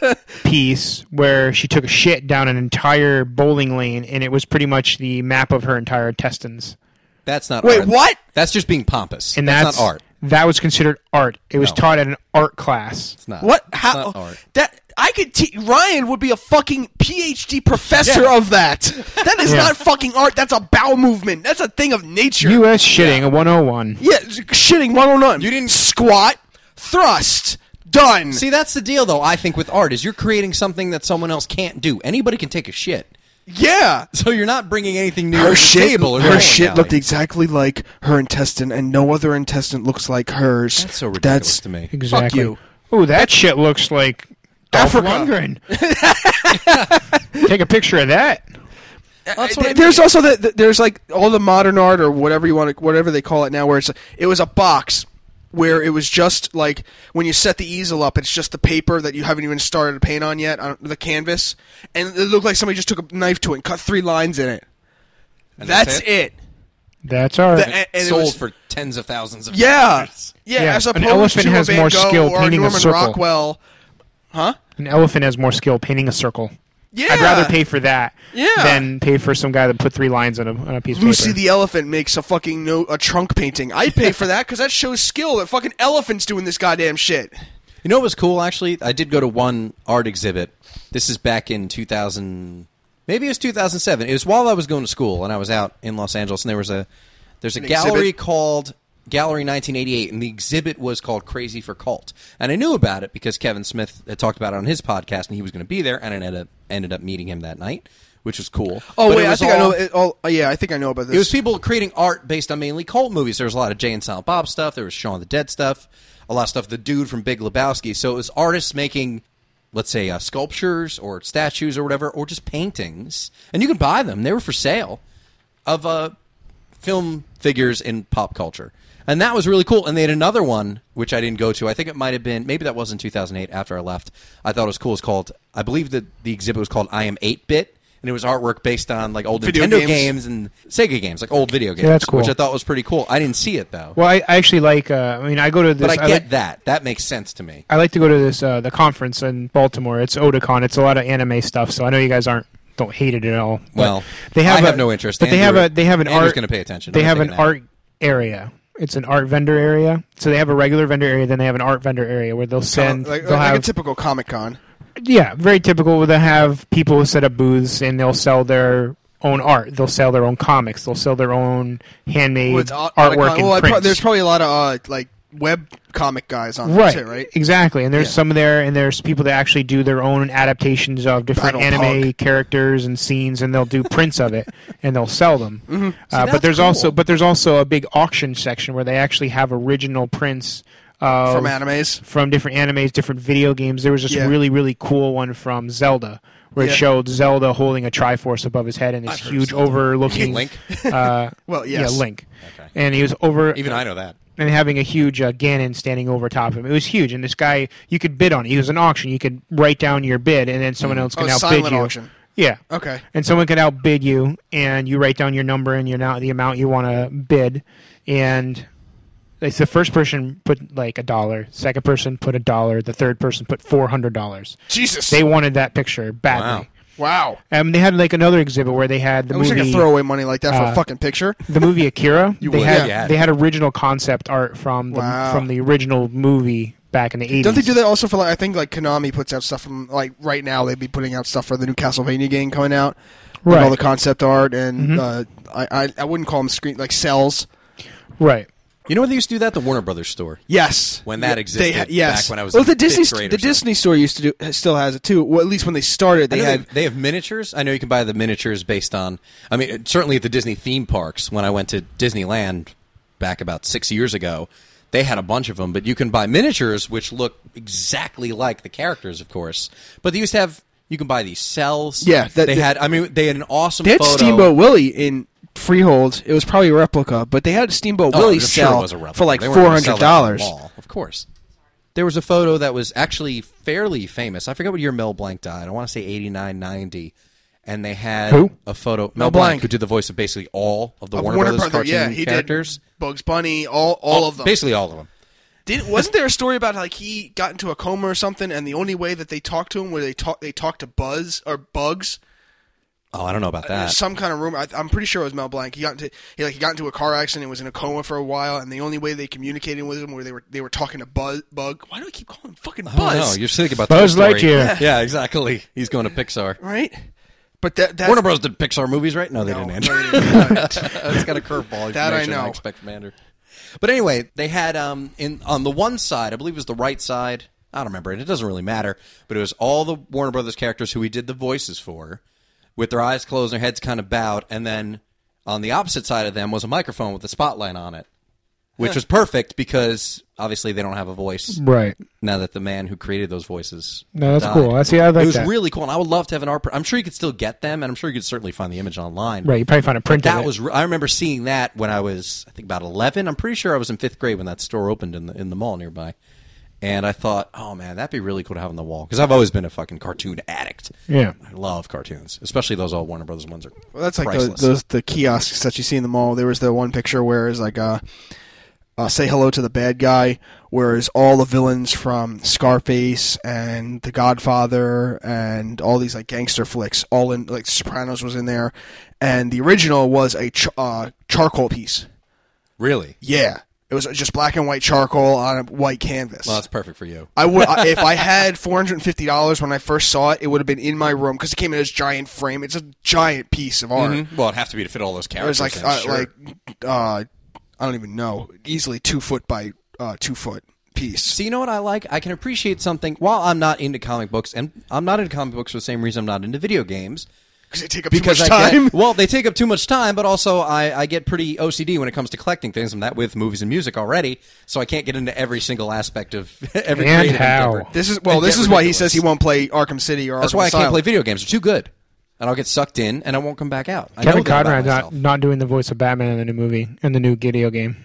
S3: piece where she took a shit down an entire bowling lane, and it was pretty much the map of her entire intestines.
S1: That's not.
S2: Wait,
S1: art.
S2: what?
S1: That's just being pompous.
S3: And
S1: that's,
S3: that's,
S1: not art.
S3: That was considered art. It was
S1: No.
S3: taught at an art class.
S1: It's not.
S2: What?
S1: Uh, It's
S2: How?
S1: not art.
S2: That I could. Te- Ryan would be a fucking PhD professor
S1: Yeah.
S2: of that. That is
S3: Yeah.
S2: not fucking art. That's a bowel movement. That's a thing of nature.
S3: U.S. shitting a 101.
S2: yeah, shitting one on one.
S1: You didn't-
S2: squat, thrust, done.
S1: See, that's the deal, though. I think with art is you're creating something that someone else can't do. Anybody can take a shit,
S2: yeah.
S1: so you're not bringing anything new to
S2: Her
S1: the
S2: shit,
S1: table. Or
S2: her
S1: bowling
S2: shit
S1: alley.
S2: looked e- exactly like her intestine, and no other intestine looks like hers.
S1: That's so ridiculous
S2: That's-
S1: to me.
S3: Exactly.
S2: you.
S3: Ooh, that shit looks like Dolph
S2: Africa.
S3: Lundgren. Take a picture of that.
S1: That's what I
S2: Th- there's
S1: mean.
S2: also the, the- there's like all the modern art or whatever you want to whatever they call it now where it's it was a box where it was just like when you set the easel up it's just the paper that you haven't even started to paint on yet on the canvas and it looked like somebody just took a knife to it and cut three lines in it
S1: And
S2: that's
S1: it.
S2: it,
S3: That's art.
S2: That- and- and it
S1: Sold
S2: was-
S1: for tens of thousands of
S2: yeah.
S1: dollars.
S2: yeah
S3: Yeah,
S2: as
S3: an
S2: opposed
S3: elephant
S2: to
S3: has
S2: a Van
S3: more
S2: Gogh
S3: skill
S2: or
S3: painting a
S2: Norman
S3: circle.
S2: Rockwell
S3: An elephant has more skill painting a circle.
S2: yeah
S3: I'd rather pay for that
S2: Yeah.
S3: than pay for some guy that put three lines on a, on a piece of
S2: Lucy
S3: paper.
S2: the elephant makes a fucking no a trunk painting. I'd pay for that because that shows skill. That fucking elephant's doing this goddamn shit.
S1: You know what was cool actually? I did go to one art exhibit. This is back in 2000 maybe it was 2007. It was while I was going to school and I was out in Los Angeles and there was a there's a gallery
S2: exhibit?
S1: called Gallery 1988 and the exhibit was called Crazy for Cult. And I knew about it because Kevin Smith had talked about it on his podcast and he was going to be there and I ended up ended up meeting him that night, which was cool. But
S2: Oh
S1: it
S2: wait, I
S1: was
S2: think I
S1: all-
S2: know. It, all, oh, yeah, I think I know about this.
S1: it was people creating art based on mainly cult movies. There was a lot of Jay and Silent Bob stuff. There was Shaun the Dead stuff. A lot of stuff. The dude from Big Lebowski. So it was artists making, let's say, uh, sculptures or statues or whatever, or just paintings, and you could buy them. They were for sale of uh, film figures in pop culture. And that was really cool. And they had another one, which I didn't go to. I think it might have been, maybe that was in 2008 after I left. I thought it was cool. It's called, I believe that the exhibit was called I Am 8 Bit. And it was artwork based on like old
S2: Video
S1: Nintendo games.
S2: games.
S1: and Sega games, like old video games.
S3: that's cool.
S1: Which I thought was pretty cool. I didn't see it though.
S3: Well, I, I actually like. Uh, I mean, I go to this.
S1: but I get
S3: like,
S1: that. That makes sense to me.
S3: I like to go to this uh, the conference in Baltimore. It's Otakon. It's a lot of anime stuff. So I know you guys aren't don't hate it at all. But
S1: Well,
S3: they have,
S1: I
S3: a-
S1: have no interest.
S3: But they have
S1: Andrew-
S3: a they have an
S1: Andrew's
S3: art.
S1: gonna pay attention.
S3: They
S1: I'm
S3: have an
S1: taking that.
S3: art area. It's an art vendor area. So they have a regular vendor area. Then they have an art vendor area where they'll
S2: Uh,
S3: send.
S2: like,
S3: they'll
S2: like
S3: have
S2: a typical Comic Con.
S3: yeah, very typical. They'll have people set up booths and they'll sell their own art. They'll sell their own comics. They'll sell their own handmade
S2: Well, it's
S3: artwork
S2: Otacon.
S3: and
S2: Well, I pro-
S3: prints.
S2: there's probably a lot of uh, like web comic guys on
S3: Right,
S2: it, too, right?
S3: Exactly, and there's
S2: Yeah.
S3: some there, and there's people that actually do their own adaptations of different
S2: Battle
S3: anime
S2: Pug.
S3: characters and scenes, and they'll do prints of it, and they'll sell them. Mm-hmm. Uh,
S1: that's
S3: but there's
S1: cool.
S3: also but there's also a big auction section where they actually have original prints of
S2: From
S3: Oh.
S2: animes.
S3: from different animes, different video games. There was this
S2: Yeah.
S3: really, really cool one from Zelda where
S2: Yeah.
S3: it showed Zelda holding a Triforce above his head and
S1: I've
S3: this
S1: heard of
S3: huge
S1: Zelda.
S3: overlooking
S1: Link?
S3: Uh,
S2: Well,
S3: yeah,
S2: yes.
S3: Link.
S1: Okay.
S3: And he was over
S1: Even I know that.
S3: and having a huge uh, Ganon standing over top of him. It was huge, and this guy you could bid on. it. It was an auction. You could write down your bid, and then someone else
S2: Oh,
S3: can outbid
S2: silent
S3: you.
S2: auction. Oh.
S3: Yeah,
S2: Okay.
S3: and someone could outbid you, and you write down your number and your now the amount you want to bid, and it's the first person put like a dollar, second person put a dollar, the third person put four hundred dollars.
S2: Jesus.
S3: They wanted that picture badly.
S1: Wow.
S2: wow.
S3: And they had like another exhibit where they had the
S2: I wish
S3: movie
S2: I could throw away money like that for a
S3: uh,
S2: fucking picture.
S3: the movie Akira.
S1: You
S3: they
S1: would,
S3: had
S1: yeah.
S3: they had original concept art from the
S2: Wow.
S3: from the original movie back in the eighties.
S2: Don't they do that also for like I think like Konami puts out stuff from like right now they'd be putting out stuff for the new Castlevania game coming out. with
S3: Right.
S2: all the concept art and uh, I, I I wouldn't call them screen like cells.
S3: Right.
S1: You know where they used to do that? The Warner Brothers store.
S2: Yes,
S1: When that
S2: They
S1: existed
S2: ha- yes.
S1: back when I was
S2: well,
S1: in
S2: the Disney
S1: fifth grade or
S2: the
S1: something.
S2: Disney store used to do uh, still has it too. Well, at least when they started,
S1: I
S2: they
S1: know
S2: had
S1: they, they have miniatures. I know you can buy the miniatures based on. I mean, certainly at the Disney theme parks. When I went to Disneyland back about six years ago, they had a bunch of them. But you can buy miniatures which look exactly like the characters, of course. But they used to have. You can buy these cells.
S2: Yeah, that-
S1: they had. I mean, they had an awesome
S2: they had
S1: photo.
S2: Steamboat Willie in Freehold. It was probably a replica, but they had Steamboat
S1: Oh,
S2: Willie
S1: I'm sure it
S2: sell
S1: was a replica.
S2: for like
S1: They weren't
S2: four
S1: gonna sell
S2: hundred
S1: that at the
S2: dollars.
S1: mall, Of course. There was a photo that was actually fairly famous. I forget what year Mel Blanc died. I want to say 89, 90. And they had
S3: Who?
S1: a photo. Mel
S2: Blanc.
S1: Blanc, who did the voice of basically all of the Warner, Brothers
S2: Brother-
S1: cartoon characters. Oh,
S2: did Bugs Bunny, all all of them.
S1: Basically all of them.
S2: Did wasn't there a story about like he got into a coma or something, and the only way that they talked to him was they talk they talked to Buzz or Bugs?
S1: Oh, I don't know about
S2: There's
S1: that.
S2: some kind of rumor. I, I'm pretty sure it was Mel Blanc. He got into he like he got into a car accident. and was in a coma for a while, and the only way they communicated with him were they were they were talking to Buzz Bug. Why do I keep calling him fucking
S1: Oh, no.
S2: Buzz?
S1: You're thinking about
S3: Buzz
S1: Toy Story.
S3: Lightyear.
S1: Yeah, exactly. He's going to Pixar.
S2: right? But that that's Oh,
S1: Warner Bros. did Pixar movies, right? No, they
S2: No,
S1: didn't,
S2: no,
S1: Andrew.
S2: they didn't. Right.
S1: it's got a curveball.
S2: That I
S1: information
S2: know.
S1: I expect from Andrew. But anyway, they had um in on the one side, I believe it was the right side. I don't remember it. It doesn't really matter. But it was all the Warner Brothers characters who we did the voices for, with their eyes closed, their heads kind of bowed, and then on the opposite side of them was a microphone with a spotlight on it, which was perfect because obviously they don't have a voice
S3: Right.
S1: now that the man who created those voices.
S3: No, that's
S1: died.
S3: cool. I see. I like
S1: it was
S3: that.
S1: really cool, and I would love to have an art. pr- I'm sure you could still get them, and I'm sure you could certainly find the image online.
S3: right. You probably find a print. of
S1: That
S3: it.
S1: was I remember seeing that when I was I think about eleven. I'm pretty sure I was in fifth grade when that store opened in the in the mall nearby, and I thought, oh man, that'd be really cool to have on the wall because I've always been a fucking cartoon addict.
S3: Yeah.
S1: I love cartoons, especially those old Warner Brothers ones are
S2: Well, that's like those,
S1: priceless.
S2: those the kiosks that you see in the mall. There was the one picture where it's like uh, uh, say hello to the bad guy, whereas all the villains from Scarface and The Godfather and all these like gangster flicks, all in like Sopranos was in there, and the original was a ch- uh, charcoal piece.
S1: really.
S2: Yeah, it was just black and white charcoal on a white canvas.
S1: Well, that's perfect for you.
S2: I would I- if I had four hundred and fifty dollars when I first saw it, it would have been in my room because it came in this giant frame. It's a giant piece of art.
S1: Well, it'd have to be to fit all those
S2: It
S1: characters.
S2: was like
S1: in,
S2: uh,
S1: sure.
S2: like uh, I don't even know, easily two foot by uh, two foot piece.
S1: So you know what I like? I can appreciate something while I'm not into comic books, and I'm not into comic books for the same reason I'm not into video games.
S2: Because it take up
S1: because
S2: too much
S1: I
S2: time.
S1: Get, well, they take up too much time, but also I, I get pretty OCD when it comes to collecting things. I'm that with movies and music already, so I can't get into every single aspect of every
S3: And
S1: creative
S3: how.
S1: endeavor.
S2: this is well,
S1: And
S2: this
S1: get
S2: is why he
S1: ridiculous.
S2: says he won't play Arkham City or
S1: That's
S2: Arkham
S1: why I can't
S2: Asylum.
S1: play video games. They're too good, and I'll get sucked in, and I won't come back out. I know
S3: Kevin
S1: that about
S3: Conrad not
S1: myself.
S3: not doing the voice of Batman in the new movie in the new video game.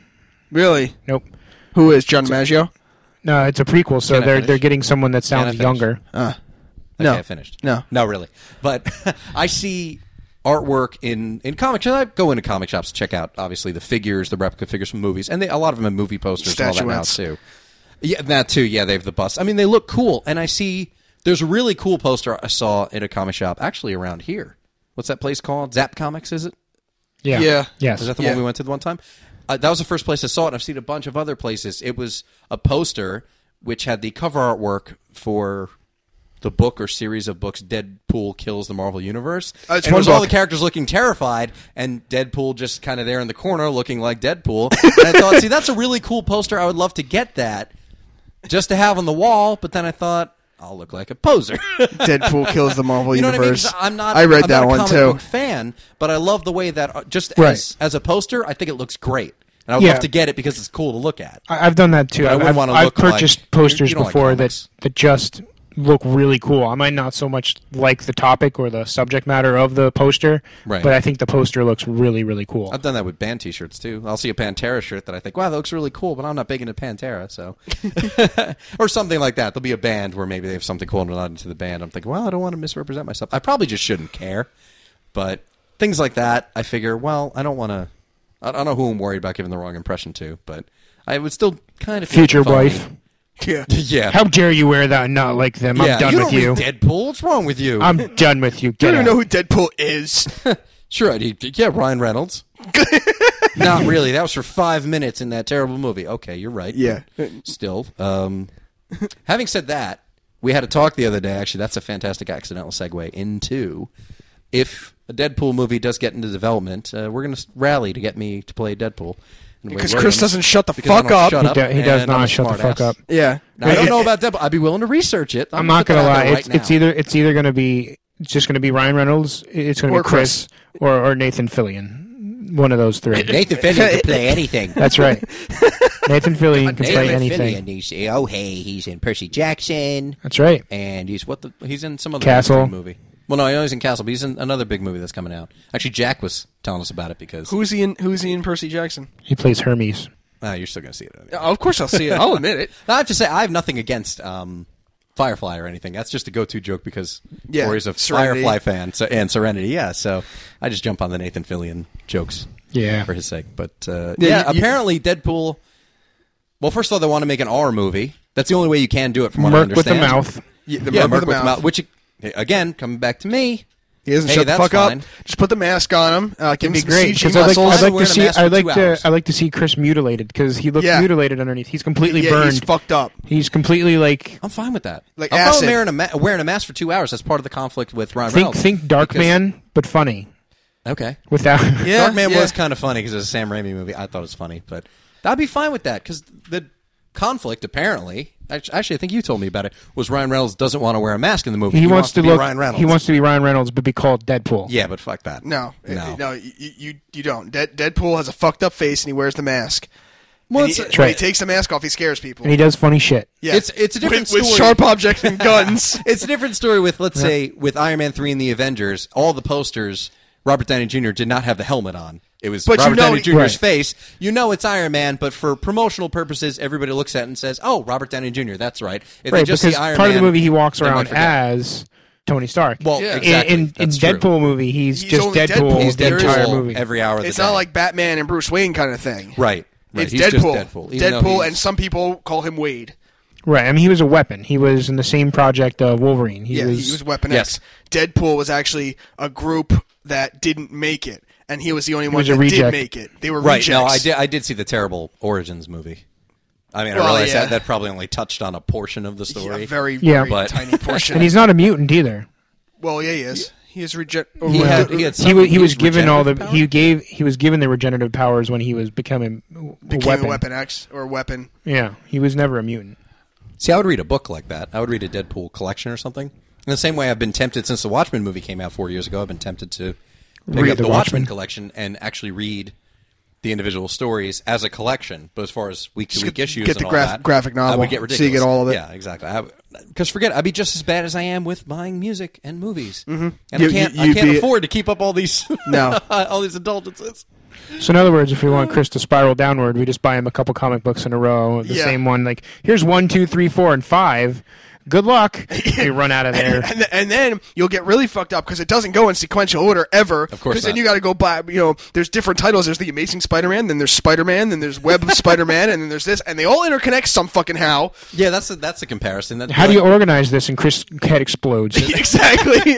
S2: Really,
S3: Nope.
S2: who is John DiMaggio?
S3: No, it's a prequel, so
S1: Can I
S3: they're
S1: finish?
S3: they're getting someone that
S1: I
S3: sounds
S1: finish?
S3: younger.
S1: Okay,
S2: No.
S1: I finished.
S2: No.
S1: no, really. But I see artwork in in comic shops. I go into comic shops to check out obviously the figures, the replica figures from movies, and they, a lot of them have movie posters and all that now
S2: Statuettes.
S1: too. Yeah, that too. Yeah, they have the bust. I mean, they look cool, and I see there's a really cool poster I saw in a comic shop actually around here. What's that place called? Zap Comics, is it?
S3: Yeah.
S2: Yeah.
S3: Yes.
S1: Is that the
S2: Yeah.
S1: one we went to the one time? Uh, that was the first place I saw it. and I've seen a bunch of other places. It was a poster which had the cover artwork for the book or series of books Deadpool kills the Marvel Universe.
S2: Uh, it's
S1: and it
S2: one
S1: was all
S2: book.
S1: the characters looking terrified and Deadpool just kind of there in the corner looking like Deadpool. and I thought, see, that's a really cool poster. I would love to get that just to have on the wall. But then I thought, I'll look like a poser.
S2: Deadpool kills the Marvel
S1: You know
S2: universe.
S1: what I mean? 'Cause I'm not.
S2: I read
S1: I'm
S2: that
S1: not a
S2: one
S1: comic
S2: too.
S1: Book fan, but I love the way that uh, just
S2: Right.
S1: as, as a poster, I think it looks great, and I would
S3: Yeah.
S1: love to get it because it's cool to look at.
S3: I- I've done that too.
S1: But I
S3: I've,
S1: wouldn't
S3: I've,
S1: wanna
S3: I've
S1: look like-
S3: purchased
S1: you- you
S3: posters
S1: don't like
S3: before that
S1: comics.
S3: that just look really cool. I might not so much like the topic or the subject matter of the poster,
S1: Right.
S3: but I think the poster looks really really cool.
S1: I've done that with band T-shirts too. I'll see a Pantera shirt that I think, wow, that looks really cool, but I'm not big into Pantera, so or something like that. There'll be a band where maybe they have something cool and not into the band. I'm thinking, well, I don't want to misrepresent myself. I probably just shouldn't care, but things like that, I figure, well, I don't want to. I don't know who I'm worried about giving the wrong impression to, but I would still kind of feel
S3: Future
S1: phony.
S3: wife,
S2: Yeah.
S1: Yeah,
S3: how dare you wear that and not like them? I'm done
S1: you
S3: with
S1: don't
S3: you.
S1: Read Deadpool. What's wrong with you?
S3: I'm done with you.
S2: You
S3: Get
S2: don't even
S3: out.
S2: know who Deadpool is.
S1: sure, I did. Yeah, Ryan Reynolds. Not really. That was for five minutes in that terrible movie. Okay, you're right.
S2: Yeah.
S1: Still, um, having said that, we had a talk the other day. Actually, that's a fantastic accidental segue into if a Deadpool movie does get into development, uh, we're going to rally to get me to play Deadpool. And Wade
S2: Because Chris
S1: Williams.
S2: doesn't shut the
S1: Because I
S2: fuck
S1: don't shut
S2: up. He
S1: up
S3: do- he does
S1: and I'm
S3: not
S1: a
S3: shut the
S1: smartass.
S3: fuck up.
S2: Yeah.
S1: Now, I
S3: It-
S1: don't know about Deadpool. I'd be willing to research it.
S3: I'm not
S1: gonna put that
S3: gonna
S1: out
S3: lie.
S1: there right
S3: it's, it's
S1: now.
S3: either it's either gonna be it's just gonna be Ryan Reynolds. It's gonna
S2: Or
S3: be Chris, or or Nathan Fillion. One of those three.
S1: Nathan Fillion can play anything.
S3: That's right. Nathan Fillion can play
S1: Nathan
S3: anything.
S1: Fillion, he's- oh hey, he's in Percy Jackson,
S3: That's right.
S1: and he's what the he's in some other
S3: Castle.
S1: big movie. Well, no, I know he's in Castle, but he's in another big movie that's coming out. Actually, Jack was telling us about it because
S2: Who's he in? Who's he in? Percy Jackson.
S3: He plays Hermes.
S1: Ah, you're still going to see it. Anyway.
S2: of course, I'll see it. I'll admit it.
S1: I have to say, I have nothing against um, Firefly or anything. That's just a go-to joke because
S2: Yeah,
S1: Corey's a
S2: Serenity.
S1: Firefly fan so, and Serenity, yeah. So I just jump on the Nathan Fillion jokes,
S3: Yeah.
S1: for his sake. But uh,
S2: Yeah,
S1: yeah,
S2: you- you-
S1: apparently Deadpool. Well, first of all, they want to make an R movie. That's the only way you can do it, from what I
S3: Merc with the
S1: understand.
S3: mouth.
S2: Yeah, the
S1: yeah,
S2: Merc with the mouth.
S1: Which again, coming back to me,
S2: He doesn't
S1: Hey,
S2: shut the
S1: that's
S2: fuck
S1: fine.
S2: up. Just put the mask on him. Uh, give
S3: It'd be
S2: him some
S3: great
S2: CG
S3: because I'd like,
S2: muscles.
S1: Why
S3: I'd
S1: would
S3: like
S1: wear
S3: to
S1: a
S3: see
S1: mask for
S3: I'd like
S1: two
S3: to
S1: hours?
S3: I like to see Chris mutilated because he looked
S2: Yeah.
S3: mutilated underneath. He's completely
S2: yeah,
S3: burned.
S2: he's fucked up.
S3: He's completely like
S1: I'm fine with that.
S2: Like
S1: I'm
S2: acid.
S1: fine with wearing a, ma- wearing a mask for two hours. That's part of the conflict with Ryan
S3: think
S1: Reynolds.
S3: think Dark
S1: because-
S3: Man but funny
S1: Okay,
S3: without.
S2: Yeah,
S1: Darkman
S2: yeah.
S1: was kind of funny because it was a Sam Raimi movie. I thought it was funny, but I'd be fine with that because the conflict apparently. act- Actually, I think you told me about it. Was Ryan Reynolds doesn't want to wear a mask in the movie?
S3: He, wants, to
S1: be
S3: look.
S1: Ryan Reynolds.
S3: He wants to be Ryan Reynolds, but be called Deadpool.
S1: Yeah, but fuck that.
S2: No, no,
S1: no.
S2: no you, you you don't. Dead, Deadpool has a fucked up face and he wears the mask.
S1: Well,
S2: And
S1: it's,
S2: he,
S1: it's,
S2: when he
S3: right.
S2: takes the mask off, he scares people.
S3: and he does funny shit.
S2: yeah.
S1: It's- it's a different
S2: with, with
S1: story.
S2: sharp objects and guns.
S1: a different story with let's say with Iron Man three and the Avengers. All the posters, Robert Downey Jr. did not have the helmet on. It was
S2: But you
S1: Robert
S2: know-
S1: Downey Jr.'s
S3: Right.
S1: face. You know it's Iron Man, but for promotional purposes, everybody looks at it and says, "Oh, Robert Downey Jr. That's right." If they
S3: Right,
S1: just
S3: because
S1: see Iron
S3: part of
S1: Man,
S3: the movie he walks
S1: they might
S3: around
S1: forget.
S3: as Tony Stark.
S1: Well,
S2: Yeah.
S3: In-
S1: exactly.
S3: in, in,
S1: That's true.
S3: Deadpool movie, he's,
S2: He's
S3: just
S2: only
S3: Deadpool,
S2: Deadpool. He's
S3: the
S1: There is
S3: entire
S1: all-
S3: movie.
S1: every hour of the
S2: It's
S1: day.
S2: not like Batman and Bruce Wayne kind of thing.
S1: right, right.
S2: It's
S1: he's just
S2: Deadpool.
S1: Deadpool, even though
S2: Deadpool,
S1: he's-
S2: and some people call him Wade.
S3: Right. I mean, he was a weapon. He was in the same project of Wolverine. He
S2: yeah,
S3: was.
S2: he was Weapon
S1: Yes.
S2: X. Deadpool was actually a group that didn't make it, and he was the only one
S3: was a
S2: that did
S3: reject.
S2: make it. They were
S1: right.
S2: rejects.
S1: No, I did. I did see the terrible Origins movie. I mean, I
S2: Well,
S1: realize
S2: yeah.
S1: that that probably only touched on a portion of the
S2: Yeah,
S1: story.
S2: very,
S3: Yeah.
S2: very
S1: But-
S2: tiny portion.
S3: and he's not a mutant either.
S2: well, yeah, he is. He is reject.
S1: He
S2: or-
S1: had- he had some-
S3: he was, he
S1: his
S3: was given all the
S1: regenerative power?
S3: he gave he was given the regenerative powers when he was becoming a
S2: became
S3: weapon.
S2: a Weapon X or Weapon.
S3: Yeah, he was never a mutant.
S1: See, I would read a book like that. I would read a Deadpool collection or something. In the same way, I've been tempted since the Watchmen movie came out four years ago. I've been tempted to pick
S3: Read
S1: up
S3: the
S1: the,
S3: Watchmen.
S1: Watchmen collection and actually read the individual stories as a collection. But as far as week to week
S2: get-
S1: issues,
S2: get the
S1: and all
S2: graph-
S1: that,
S2: graphic
S1: I
S2: novel,
S1: would get
S2: so you
S1: ridiculous.
S2: get all of it.
S1: Yeah, exactly. Because forget, it, I'd be just as bad as I am with buying music and movies, mm-hmm. and
S2: You-
S1: I can't.
S2: you-
S1: I
S2: you'd
S1: can't
S2: be-
S1: afford to keep up all these.
S2: No.
S1: all these indulgences.
S3: So in other words, if we want Chris to spiral downward, we just buy him a couple comic books in a row, the
S2: Yeah.
S3: same one. Like here's one, two, three, four, and five. Good luck. we run out of there.
S2: And, th- and then you'll get really fucked up because it doesn't go in sequential order ever. Of
S1: course
S2: Because then
S1: not.
S2: you got to go buy. You know, there's different titles. There's the Amazing Spider-Man, then there's Spider-Man, then there's Web of Spider-Man, and then there's this, and they all interconnect some fucking how.
S1: Yeah, that's a, that's a comparison. That,
S3: How do you organize this? And Chris head explodes.
S2: exactly.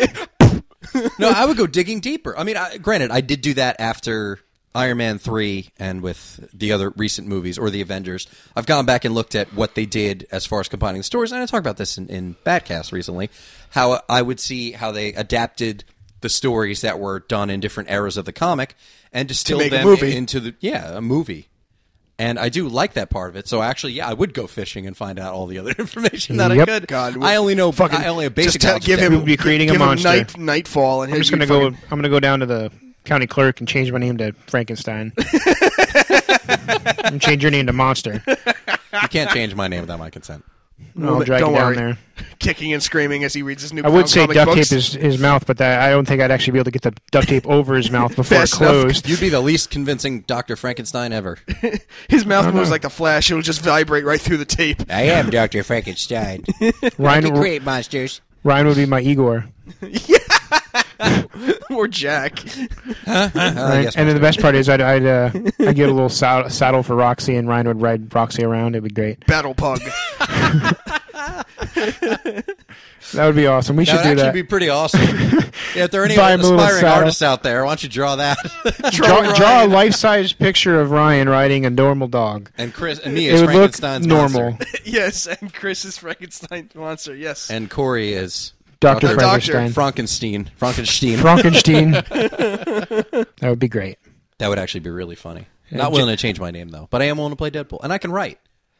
S1: No, I would go digging deeper. I mean, I, granted, I did do that after Iron Man 3 and with the other recent movies or the Avengers, I've gone back and looked at what they did as far as combining the stories. And I talked about this in, in Batcast recently, how I would see how they adapted the stories that were done in different eras of the comic and distilled
S2: make a
S1: them
S2: movie.
S1: into the, yeah, a movie. And I do like that part of it. So actually, yeah, I would go fishing and find out all the other information that I
S3: Yep.
S1: could.
S2: God, we-
S1: I only know
S2: fucking-
S1: I only have basic
S2: just tell-
S1: knowledge of
S2: give
S1: that.
S2: him.
S3: We'd be creating a
S2: give him
S3: monster.
S2: night, nightfall, and
S3: I'm
S2: he'll
S3: just gonna
S2: be
S3: go.
S2: fucking-
S3: I'm gonna go down to the county clerk and change my name to Frankenstein. and change your name to Monster.
S1: You can't change my name without my consent.
S3: And I'll
S2: but
S3: drag
S2: don't
S3: you down
S2: worry.
S3: there.
S2: kicking and screaming as he reads his new.
S3: I would say
S2: comic
S3: duct
S2: books.
S3: tape his, his mouth, but that, I don't think I'd actually be able to get the duct tape over his mouth before it
S2: Fast enough.
S3: closed.
S1: You'd be the least convincing Dr. Frankenstein ever.
S2: His mouth
S3: Oh,
S2: moves like the Flash; it'll just vibrate right through the tape.
S1: I am Dr. Frankenstein.
S3: Ryan,
S1: monsters.
S3: Ryan would be my Igor.
S2: or Jack.
S3: Right? and then the best part is I'd I'd, uh, I'd get a little saddle, saddle for Roxy, and Ryan would ride Roxy around. It'd be great.
S2: Battle Pug.
S3: That would be awesome. We
S1: that
S3: should
S1: would
S3: do
S1: actually
S3: that.
S1: be pretty awesome. yeah, if there are any
S3: Buy him a little
S1: aspiring
S3: saddle.
S1: artists out there, why don't you draw that?
S3: draw, draw a life size picture of Ryan riding a normal dog.
S1: and Chris and me
S3: It
S1: is
S3: would look
S1: Frankenstein's monster.
S3: normal.
S2: yes, and Chris is Frankenstein monster. Yes.
S1: And Corey is
S2: Doctor
S3: Dr. Frankenstein.
S1: Frankenstein. Frankenstein.
S3: Frankenstein. that would be great.
S1: that would actually be really funny. Not willing to change my name though, but I am willing to play Deadpool, and I can write.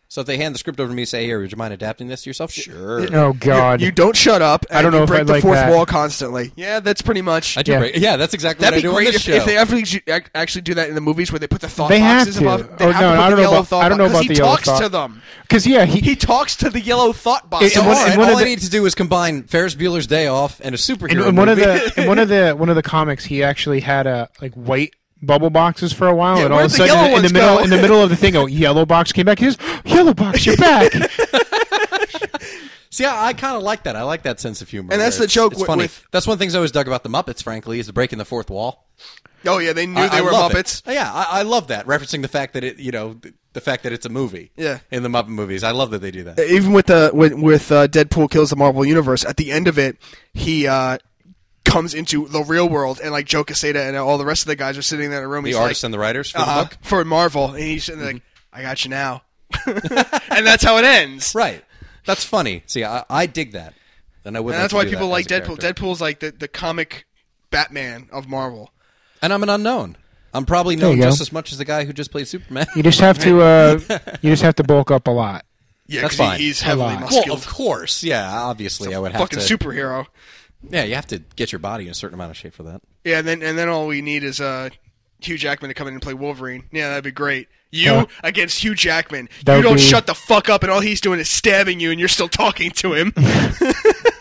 S1: So if they hand the script over to me, and say, "Here, would you mind adapting this to yourself?" Sure.
S3: Oh God.
S2: you don't shut up. And
S3: don't know
S2: you
S3: if
S2: break
S3: I'd
S2: the
S3: like
S2: fourth
S3: that.
S2: wall constantly. Yeah, that's pretty much.
S1: I do.
S3: Yeah.
S1: Great. Yeah, that's exactly
S2: That'd
S1: what I
S2: be
S1: do on
S2: great
S1: this
S2: if,
S1: show.
S2: if they actually ju- ac- actually do that in the movies where they put the thought
S3: They have
S2: boxes
S3: to.
S2: above. They
S3: Oh,
S2: have
S3: no,
S2: to put
S3: I
S2: the
S3: don't know
S2: yellow
S3: about-
S2: thought
S3: I don't know
S2: box- 'cause
S3: about
S2: he
S3: the yellow
S2: talks
S3: thought-
S2: to them.
S3: Because yeah, he,
S2: He talks to the yellow thought box.
S3: It-
S1: and
S3: one-
S1: all,
S3: and
S1: and
S3: one
S1: all
S3: of
S1: I
S3: the-
S1: need to do is combine Ferris Bueller's Day Off and a superhero
S3: in, in one of
S1: movie.
S3: the in one of the one of the comics, he actually had a like white bubble boxes for a while,
S2: Yeah,
S3: and all of
S2: where'd
S3: a
S2: the
S3: sudden,
S2: yellow
S3: in, the
S2: ones
S3: middle
S2: go?
S3: in the middle of the thing, a yellow box came back. His yellow box, you're back.
S1: See, I, I kind of like that. I like that sense of humor.
S2: And that's
S1: where
S2: the
S1: it's-
S2: joke
S1: It's
S2: with-
S1: funny.
S2: with-
S1: that's one of the things I always dug about the Muppets. Frankly, is the breaking the fourth wall.
S2: oh yeah, they knew
S1: I,
S2: they
S1: I
S2: were
S1: love
S2: Muppets.
S1: It. Yeah, I, I love that. Referencing the fact that it, you know, th- the fact that it's a movie.
S2: Yeah.
S1: In the Muppet movies, I love that they do that.
S2: even with the with, with uh, Deadpool kills the Marvel universe at the end of it, he uh, comes into the real world and like Joe Quesada and all the rest of the guys are sitting there in a room.
S1: The
S2: he's
S1: artists
S2: like,
S1: and the writers for
S2: uh,
S1: the book.
S2: for Marvel, and he's sitting there like, "I got you now," and that's how it ends.
S1: Right. That's funny. See, I, I dig that, and I would.
S2: And
S1: like
S2: that's
S1: to
S2: why
S1: do
S2: people
S1: that
S2: like
S1: as a
S2: Deadpool.
S1: character.
S2: Deadpool's like the, the comic Batman of Marvel.
S1: And I'm an unknown. I'm probably
S3: you
S1: known
S3: go.
S1: just as much as the guy who just played Superman.
S3: you just have to uh, you just have to bulk up a lot.
S2: Yeah,
S1: That's
S2: 'cause
S1: fine.
S2: He, he's heavily
S3: lot.
S1: well,
S2: muscular.
S1: of course. Yeah, obviously, I would have
S2: fucking
S1: to.
S2: superhero.
S1: yeah, you have to get your body in a certain amount of shape for that.
S2: Yeah, and then and then all we need is uh, Hugh Jackman to come in and play Wolverine. Yeah, that'd be great. You
S3: Yeah.
S2: against Hugh Jackman.
S3: That
S2: you
S3: would
S2: don't
S3: be-
S2: shut the fuck up, and all he's doing is stabbing you, and you're still talking to him.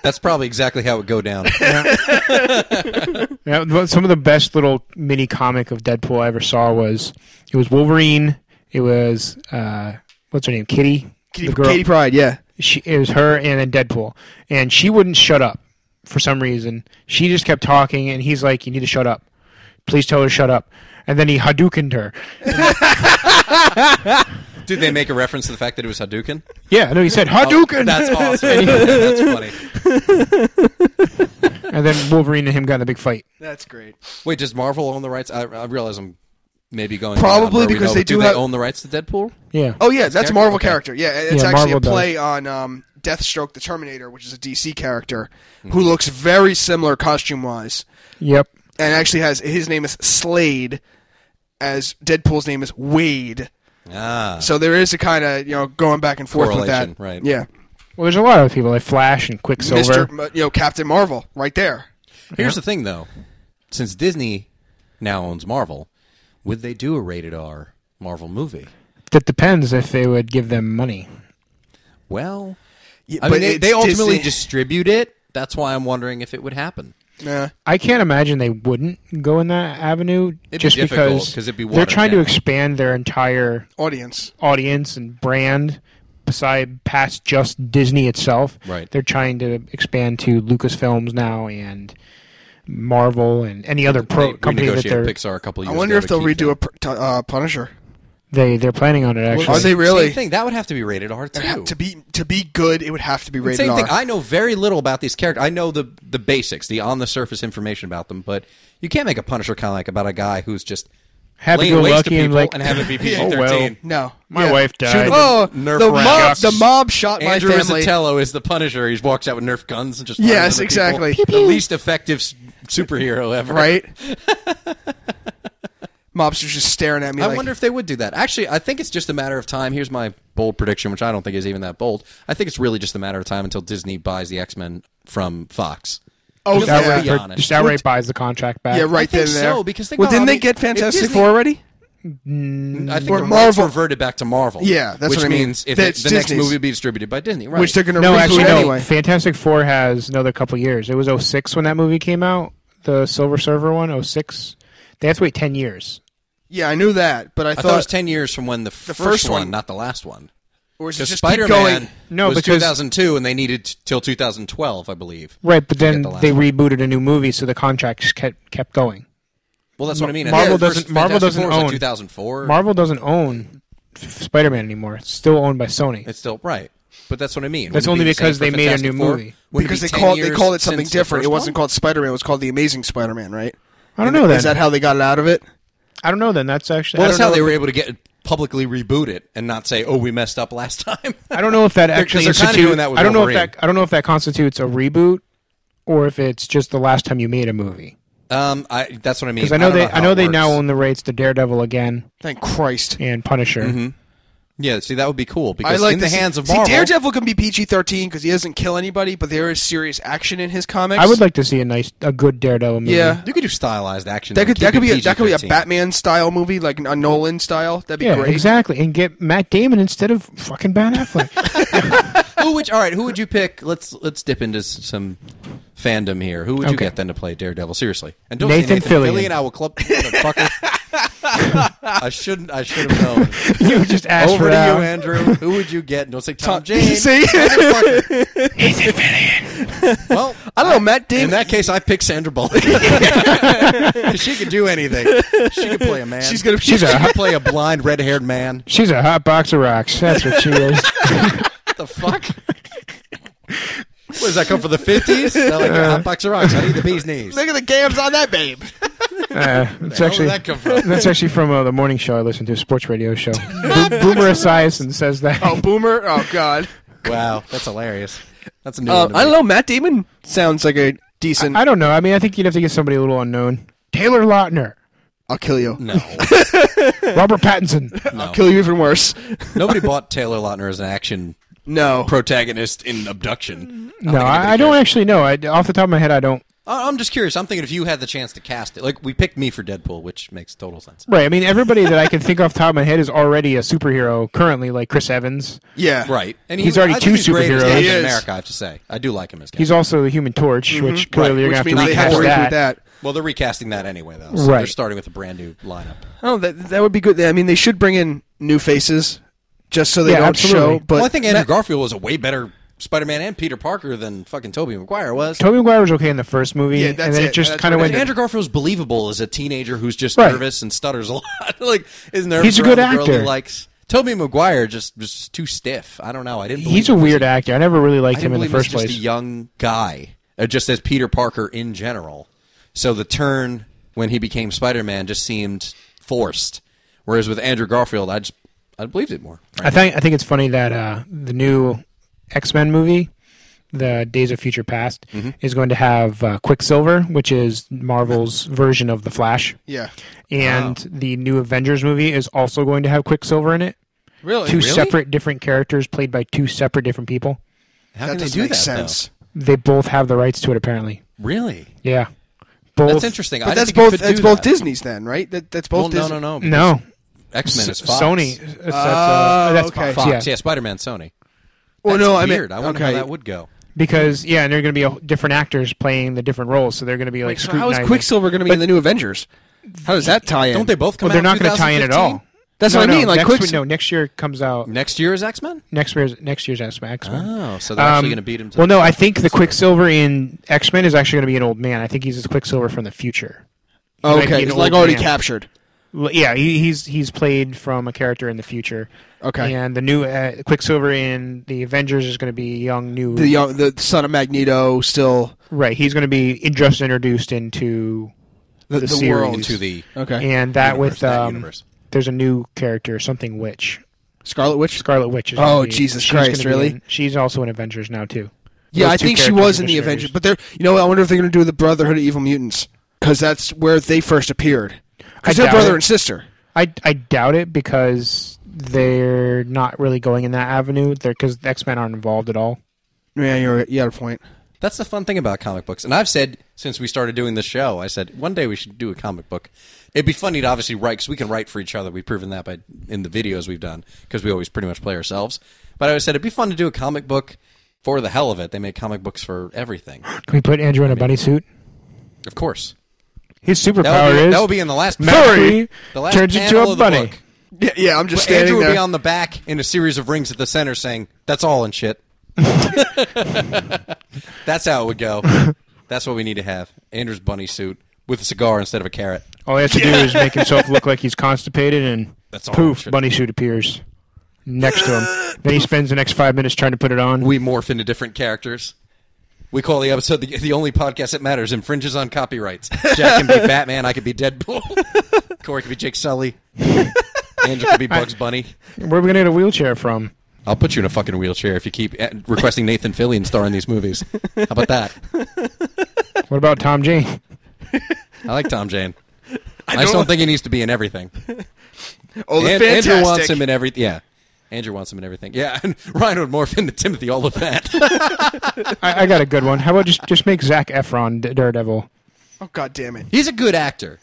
S1: That's probably exactly how it would go down.
S3: Yeah, but some of the best little mini comic of Deadpool I ever saw was it was Wolverine. It was uh, what's her name, Kitty, the girl.
S2: Pride, yeah.
S3: She, it was her and then Deadpool, and she wouldn't shut up for some reason. She just kept talking, and he's like, "You need to shut up. Please tell her to shut up." And then he Hadoukened her.
S1: Did they make a reference to the fact that it was Hadouken?
S3: Yeah, no, he said Hadouken.
S1: Oh, That's awesome. That's funny.
S3: and then Wolverine and him got in a big fight.
S2: That's great.
S1: Wait, does Marvel own the rights? I, I realize I'm maybe going
S2: Probably
S1: down where we
S2: because
S1: know,
S2: they
S1: but
S2: do
S1: they
S2: have-
S1: own the rights to Deadpool.
S3: Yeah.
S2: Oh yeah, that's a
S1: character?
S2: Marvel
S1: Okay.
S2: character. Yeah, and it's
S3: Yeah,
S2: actually
S3: Marvel
S2: a
S3: does.
S2: play on um, Deathstroke the Terminator, which is a DC character
S1: Mm-hmm.
S2: who looks very similar costume wise,
S3: Yep.
S2: and actually has his name is Slade, as Deadpool's name is Wade.
S1: Ah,
S2: So there is a kind of you know going back and forth with
S1: Correlation,
S2: that.
S1: right.
S2: Yeah.
S3: Well, there's a lot of people like Flash and Quicksilver.
S2: Mr. M- You know, Captain Marvel, right there.
S1: here's the thing though. Since Disney now owns Marvel, would they do a rated R Marvel movie?
S3: That depends if they would give them money.
S1: Well, I
S2: but
S1: mean, they,
S2: it's
S1: they ultimately
S2: Disney.
S1: distribute it. That's why I'm wondering if it would happen.
S2: Nah.
S3: I can't imagine they wouldn't go in that avenue
S1: be
S3: just
S1: difficult,
S3: because
S1: 'cause it'd be
S3: they're trying to
S1: watered down.
S3: expand their entire
S2: Audience.
S3: audience and brand beside past just Disney itself.
S1: Right.
S3: They're trying to expand to Lucasfilms now and Marvel and any other pro
S1: They
S3: company that
S1: renegotiated
S3: they're
S1: Pixar a couple years
S2: I wonder
S1: ago
S2: if
S1: to
S2: they'll
S1: keep
S2: redo a
S1: them.
S2: pr- t- uh, Punisher.
S3: they they're planning on it
S2: Are
S3: actually.
S2: they really?
S1: Same thing. That would have to be rated R too.
S2: Ha- To be to be good, it would have to be rated
S1: Same
S2: R.
S1: thing. I know very little about these characters. I know the the basics, the on the surface information about them, but you can't make a Punisher comic about a guy who's just
S3: Happy
S1: laying
S3: go
S1: waste to
S3: lucky
S1: people
S3: and like
S1: and having it be PG
S3: Oh, well.
S1: thirteen.
S2: No,
S3: My wife died.
S2: Shoot 'em.
S3: Nerf
S2: Oh,
S1: rounds.
S2: the mob, the mob shot
S1: Andrew
S2: my family.
S1: Rizzatello is the Punisher. He walks out with Nerf guns and just fires
S2: Yes,
S1: other people.
S2: exactly.
S1: The least effective s- superhero ever.
S2: right? Mobsters just staring at me.
S1: I
S2: like,
S1: wonder if they would do that. Actually, I think it's just a matter of time. Here's my bold prediction, which I don't think is even that bold. I think it's really just a matter of time until Disney buys the X Men from Fox.
S2: Oh,
S1: Because
S2: yeah.
S1: let's be
S3: outright,
S1: honest.
S3: just outright buys the contract back.
S2: Yeah,
S1: I
S2: right then
S1: think
S2: and there.
S1: so, because think
S2: well,
S1: about
S2: didn't
S1: how
S2: they
S1: many-
S2: get
S1: if
S2: Fantastic
S1: Disney-
S2: Four already?
S1: I think
S2: Or
S1: the rights
S2: Marvel.
S1: reverted back to Marvel.
S2: Yeah, that's
S1: which
S2: what I mean.
S1: means if
S2: That's
S1: the, the next
S2: Disney's.
S1: movie be distributed by Disney, right?
S2: Which they're going to
S3: No,
S2: reboot
S3: actually, no.
S2: anyway.
S3: Fantastic Four has another couple years. It was 06 when that movie came out, the Silver Surfer one, 06. They have to wait 10 years.
S2: Yeah, I knew that, but I,
S1: I thought it was ten years from when the, first,
S2: first
S1: one,
S2: one-
S1: not the last one.
S2: or is it
S1: Because
S2: just
S1: Spider
S2: keep going?
S1: Man
S3: No,
S1: was
S3: because-
S1: 2002, and they needed t- till 2012, I believe.
S3: Right, but then
S1: the last
S3: they rebooted a new movie, so the contracts kept kept going.
S1: Well, that's what I mean. I
S3: Marvel
S1: think the first
S3: doesn't- Marvel
S1: Fantastic
S3: doesn't
S1: Four was like
S3: own-
S1: 2004.
S3: Marvel doesn't own Spider Man anymore. It's still owned by Sony.
S1: It's still right, but that's what I mean. Wouldn't
S3: That's
S1: it
S3: only
S1: be the same
S3: because
S1: for
S3: they made a
S1: Fantastic
S3: new
S1: Four?
S3: movie.
S1: Wouldn't
S2: because
S1: be
S2: they
S1: 10
S2: called they
S1: years
S2: called it something
S1: since the
S2: different. It
S1: first
S2: wasn't
S1: one?
S2: called Spider Man. It was called the Amazing Spider Man, right?
S3: I don't
S2: Is
S3: know Oh, then.
S2: that how they got it out of it?
S3: I don't know then. That's actually.
S1: Well,
S3: I,
S1: that's
S3: don't
S1: how
S3: know
S1: they
S3: if,
S1: were able to get publicly reboot it and not say, "Oh, we messed up last time."
S3: I don't know if that actually
S1: Because they're kinda
S3: institute-
S1: doing that with
S3: I don't know if
S1: Wolverine.
S3: that. I don't know if that constitutes a reboot, or if it's just the last time you made a movie.
S1: um, I, that's what I mean.
S3: Because I know
S1: don't
S3: they.
S1: how
S3: I know
S1: it
S3: they
S1: works.
S3: now own the rights to Daredevil again
S2: Thank Christ.
S3: and Punisher.
S1: Mm-hmm. Yeah, see, that would be cool
S2: I
S1: because
S2: like
S1: in the
S2: to see-
S1: hands of
S2: see,
S1: Marvel,
S2: Daredevil can be PG thirteen because he doesn't kill anybody, but there is serious action in his comics.
S3: I would like to see a nice, a good Daredevil movie.
S2: Yeah.
S1: you could do stylized action.
S2: that could
S1: though. Keep
S2: that could be
S1: it
S2: a, that could be a
S1: PG-13.
S2: Batman style movie, like a Nolan style. That'd be
S3: Yeah,
S2: great.
S3: exactly. And get Matt Damon instead of fucking Ben Affleck.
S1: who would all right? Who would you pick? Let's let's dip into s- some fandom here. Who would you
S3: Okay.
S1: get then to play Daredevil? Seriously, and don't
S3: Nathan
S1: say Nathan
S3: Fillion.
S1: Fillion. I will club motherfucker. I shouldn't. I should have known.
S3: you just asked
S1: Over
S3: for
S1: to
S3: that.
S1: you, Andrew. Who would you get? Don't say
S2: Oh,
S1: Tom Jane.
S2: See?
S1: Motherfucker. well,
S2: I don't know, Matt Damon.
S1: in that case, I pick Sandra Bullock. she could do anything. She could play a man.
S2: she's gonna.
S3: She's
S1: She
S3: a
S1: could play a blind red-haired man.
S3: she's a hot box of rocks. That's what she is.
S1: What the fuck? What does that come from the fifties? They're like a hot box of rocks. I need the bee's knees.
S2: Look at the gams on that babe.
S3: Uh, it's
S1: Where did
S3: actually
S1: that come from?
S3: that's actually from uh, the morning show I listen to, sports radio show. Bo- Boomer Esiason says that.
S2: Oh, Boomer. Oh, God.
S1: Wow, that's hilarious. That's a new.
S2: Uh,
S1: one to
S2: I don't
S1: me.
S2: know. Matt Damon sounds like a decent. I,
S3: I don't know. I mean, I think you'd have to get somebody a little unknown. Taylor Lautner,
S2: will kill you.
S1: No,
S3: Robert Pattinson.
S2: I'll kill you even worse.
S1: nobody bought Taylor Lautner as an action
S2: No.
S1: protagonist in Abduction.
S3: No, I, I don't actually know. I, off the top of my head, I don't.
S1: I- I'm just curious. I'm thinking if you had the chance to cast it, like we picked me for Deadpool, which makes total sense.
S3: Right. I mean, everybody that I can think off the top of my head is already a superhero currently, like Chris Evans.
S2: Yeah.
S1: Right, and
S3: He's already
S1: I think
S3: two
S1: he's great as
S3: superheroes.
S1: Captain
S2: He is.
S1: America, I have to say, I do like him as Captain.
S3: He's also the Human Torch, which clearly
S2: Mm-hmm. Which
S3: you're
S2: means
S3: gonna have to
S2: they have
S3: recast
S2: to
S3: that.
S2: redo that.
S1: well, they're recasting that anyway, though. So They're
S3: Right.
S1: starting with a brand new lineup.
S2: Oh, that that would be good. I mean, they should bring in new faces just so they
S3: Yeah,
S2: don't
S3: absolutely.
S2: show. But
S1: well, I think Andrew Garfield was a way better Spider-Man and Peter Parker than fucking Tobey Maguire was.
S3: Tobey Maguire was okay in the first movie,
S2: Yeah, that's
S3: and then
S2: it.
S3: it just
S2: That's
S3: kind of
S2: what
S1: And
S3: went.
S1: Andrew Garfield's believable as a teenager who's just
S3: Right.
S1: nervous and stutters a lot. like is nervous.
S3: He's a
S1: around
S3: good
S1: the girl he
S3: actor.
S1: likes Tobey Maguire just was too stiff. I don't know. I didn't. believe
S3: He's a
S1: him as-
S3: weird actor. I never really
S1: I
S3: liked
S1: didn't
S3: him in the
S1: believe
S3: first
S1: he was
S3: place.
S1: Just a young guy, uh, just as Peter Parker in general. So the turn when he became Spider-Man just seemed forced. Whereas with Andrew Garfield, I just I believed it more.
S3: I think I think it's funny that uh, the new X Men movie, the Days of Future Past,
S1: Mm-hmm.
S3: is going to have uh, Quicksilver, which is Marvel's version of the Flash,
S2: yeah,
S3: and the new Avengers movie is also going to have Quicksilver in it.
S1: Oh,
S2: really,
S3: Two separate different characters played by two separate different people.
S1: How
S2: that
S1: can they
S2: doesn't
S1: do
S2: make
S1: that?
S2: sense.
S3: They both have the rights to it, apparently.
S1: Though? Really?
S3: Yeah, both.
S1: That's interesting. I
S2: But
S1: didn't
S2: that's
S1: think you
S2: both.
S1: could do
S2: That's both
S1: that.
S2: Disney's then, right? That that's
S1: Well,
S2: both.
S1: no,
S2: Disney.
S1: no, no.
S3: No,
S1: X Men is
S3: S-
S1: Fox.
S3: Sony. Uh, that's, uh,
S2: Oh,
S3: that's
S2: okay.
S3: Fox,
S1: Fox.
S3: yeah.
S1: Yeah, Spider-Man. Sony.
S2: Well,
S1: That's
S2: no, I mean,
S1: weird. I wonder how
S2: okay.
S1: that would go.
S3: because yeah, and they're going to be a, different actors playing the different roles, so they're going to be like
S2: So how is
S3: scrutinizing.
S2: Quicksilver going to be in the new Avengers? How does that tie in?
S1: Don't they both come
S3: Well, they're
S1: out
S3: not going to tie in at
S1: 2015?
S3: all.
S2: That's
S3: No,
S2: what I
S3: no,
S2: mean. Like
S3: next
S2: Quicks-
S3: week- no, next year comes out
S1: Next year is X Men.
S3: next year's next year's X Men.
S1: Oh, so they're actually going to beat him. To
S3: well,
S1: the
S3: no, I think the Quicksilver in X Men is actually going to be an old man. I think he's just Quicksilver from the future. might be
S2: Oh, Okay,
S3: an
S2: it's like
S3: old
S2: already
S3: man.
S2: captured.
S3: L- Yeah, he, he's he's played from a character in the future.
S2: Okay.
S3: and the new uh, Quicksilver in the Avengers is going to be young new.
S2: The young, the son of Magneto still.
S3: right, he's going to be in- just introduced into
S2: The,
S3: the
S2: the
S3: series.
S2: world.
S1: into the
S2: Okay.
S3: and that
S1: universe,
S3: with
S1: that
S3: um,
S1: universe.
S3: there's a new character, something witch,
S2: Scarlet Witch.
S3: Scarlet Witch. Is
S2: Oh,
S3: gonna be-
S2: Jesus
S3: she's
S2: Christ,
S3: gonna be
S2: really?
S3: in- she's also in Avengers now too.
S2: Yeah,
S3: Those
S2: I
S3: two
S2: think she
S3: characters
S2: was
S3: are
S2: in the
S3: distributors.
S2: Avengers, but they're you know what, I wonder if they're going to do the Brotherhood of Evil Mutants because that's where they first appeared.
S3: I
S2: Because they're
S3: doubt
S2: brother
S3: it.
S2: and sister.
S3: I, I doubt it because they're not really going in that avenue. They're because X Men aren't involved at all.
S2: Yeah, you're you got a point.
S1: That's the fun thing about comic books. And I've said since we started doing this show, I said one day we should do a comic book. It'd be funny to obviously write because we can write for each other. We've proven that by in the videos we've done because we always pretty much play ourselves. But I always said it'd be fun to do a comic book for the hell of it. They make comic books for everything,
S3: Can we put Andrew in a bunny suit?
S1: of course.
S3: His
S1: That
S3: superpower
S1: would be,
S3: is
S1: that would be in the last
S3: magically
S1: The last
S3: turns
S1: panel
S3: into a
S1: of the
S3: bunny.
S1: book.
S2: Yeah, yeah I'm just
S1: But Andrew would be on the back in a series of rings at the center saying, "That's all and shit." That's how it would go. That's what we need to have. Andrew's bunny suit with a cigar instead of a carrot.
S3: All he has to do is make himself look like he's constipated, and
S1: That's all
S3: poof,
S1: it should
S3: bunny suit appears next to him. then he spends the next five minutes trying to put it on.
S1: We morph into different characters. We call the episode the, the only podcast that matters infringes on copyrights. Jack can be Batman. I could be Deadpool. Corey could be Jake Sully. Andrew could be Bugs Bunny.
S3: Where are we gonna get a wheelchair from?
S1: I'll put you in a fucking wheelchair if you keep eh, requesting Nathan Fillion star in these movies. How about that?
S3: What about Tom Jane?
S1: I like Tom Jane. I, just don't think he needs to be in everything.
S2: Oh, the
S1: And-
S2: fantastic.
S1: Andrew wants him in everything. Yeah. Andrew wants him in everything. Yeah, and Ryan would morph into Timothy Oliphant.
S3: I, I got a good one. How about just just make Zach Efron D- Daredevil?
S2: oh God damn it!
S1: He's a good actor.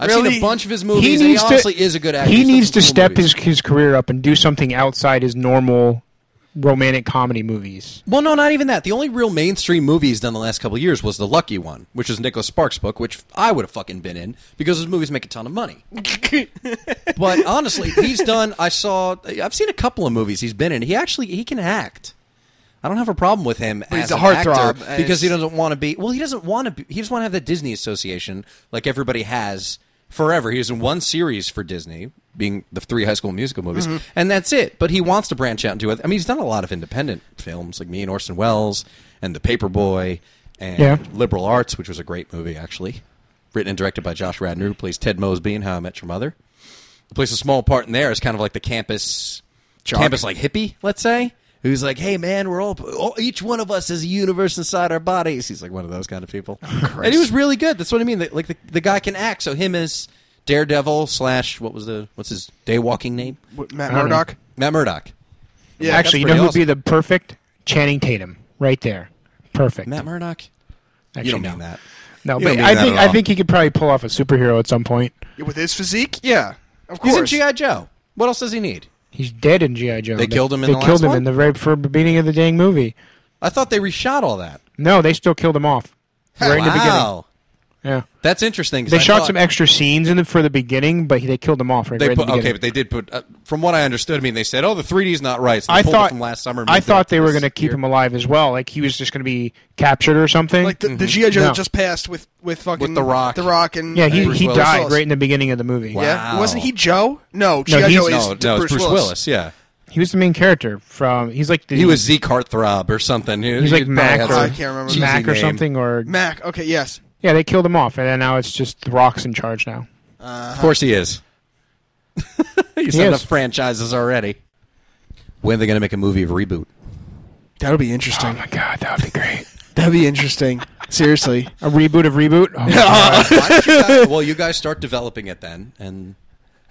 S1: I've
S2: Really?
S1: seen a bunch of his movies. He, and he honestly is a good actor.
S3: He
S1: He's done
S3: needs
S1: some
S3: to
S1: cool
S3: step
S1: movies.
S3: his his career up and do something outside his normal romantic comedy movies.
S1: Well, no, not even that. The only real mainstream movie he's done the last couple of years was The Lucky One, which is Nicholas Sparks' book, which I would have fucking been in because his movies make a ton of money. but honestly, he's done. I saw. I've seen a couple of movies he's been in. He actually he can act. I don't have a problem with him
S2: he's
S1: as
S2: a
S1: an
S2: heartthrob,
S1: actor
S2: and
S1: because he
S2: it's-
S1: doesn't want to be. Well, he doesn't want to. be He doesn't want to have that Disney association like everybody has forever. He was in one series for Disney, being the three High School Musical movies,
S2: Mm-hmm.
S1: and that's it. But he wants to branch out and do it. I mean, he's done a lot of independent films like Me and Orson Welles and The Paperboy and
S3: Yeah.
S1: Liberal Arts, which was a great movie actually, written and directed by Josh Radner, who plays Ted Mosby in How I Met Your Mother. He plays a small part in there as kind of like the campus
S2: Jock.
S1: campus like hippie, let's say, who's like, "Hey man, we're all, all each one of us is a universe inside our bodies." He's like one of those kind of people,
S3: Oh,
S1: and he was really good. That's what I mean. Like the, the guy can act. So him as Daredevil slash what was the what's his day walking name?
S2: What, Matt
S3: I don't know.
S2: Murdock.
S1: Matt Murdock.
S2: Yeah,
S3: Actually, you know
S1: pretty
S3: who would be the perfect Channing Tatum right there. Perfect.
S1: Matt Murdock.
S3: Actually,
S1: you don't
S3: no.
S1: mean that.
S3: No,
S1: You
S3: but
S1: don't mean
S3: I
S1: that
S3: think
S1: at all.
S3: I think he could probably pull off a superhero at some point.
S2: with his physique, yeah, of
S1: He's in
S2: course.
S1: GI Joe. What else does he need?
S3: He's dead in GI Joe.
S1: They killed him in
S3: they
S1: the
S3: killed
S1: last
S3: him
S1: one?
S3: in the very for beginning of the dang movie.
S1: I thought they reshot all that.
S3: No, they still killed him off right in the beginning.
S1: wow.
S3: Yeah,
S1: That's interesting. 'cause
S3: they
S1: I
S3: shot
S1: thought-
S3: some extra scenes in the, for the beginning, but he- they killed him off right,
S1: They
S3: right in
S1: put,
S3: the
S1: okay,
S3: beginning.
S1: but they did put. Uh, from what I understood, I mean, they said, "Oh, the 3D's not right." So they
S3: I
S1: pulled it
S3: thought
S1: from last summer. and
S3: I
S1: moved it up
S3: thought
S1: to
S3: they were
S1: this
S3: going to
S1: year.
S3: keep him alive as well. Like he was just going to be captured or something.
S2: like
S1: Mm-hmm.
S2: the, the GI Joe
S3: No.
S2: that just passed with with fucking
S1: With The Rock.
S2: the Rock, and
S3: yeah, he,
S1: Bruce
S3: he
S1: Willis.
S3: died right in the beginning of the movie.
S2: yeah.
S1: Wow.
S2: Wasn't he Joe? No, GI
S3: he's-
S2: Joe is
S1: No, no, it's
S2: Bruce,
S1: Bruce Willis. Yeah,
S3: He was the main character from. He's like the,
S1: he was Zeke Heartthrob or something. He,
S3: He's
S1: he
S3: like Mac
S1: probably
S3: or
S1: had
S2: I
S1: some
S2: can't remember.
S1: cheesy
S3: Mac or
S1: name.
S3: something or
S2: Mac. Okay, yes.
S3: yeah. They killed him off, and then now it's just the Rock's in charge now.
S1: Of course, he is. He's
S3: He
S1: done
S3: is.
S1: enough franchises already. When are they going to make a movie of reboot?
S2: That would be
S1: Oh
S2: interesting.
S3: my god, that would be great.
S2: That'd be interesting. Seriously.
S3: A reboot of reboot. Oh my God.
S1: Why don't you guys- well, you guys start developing it then and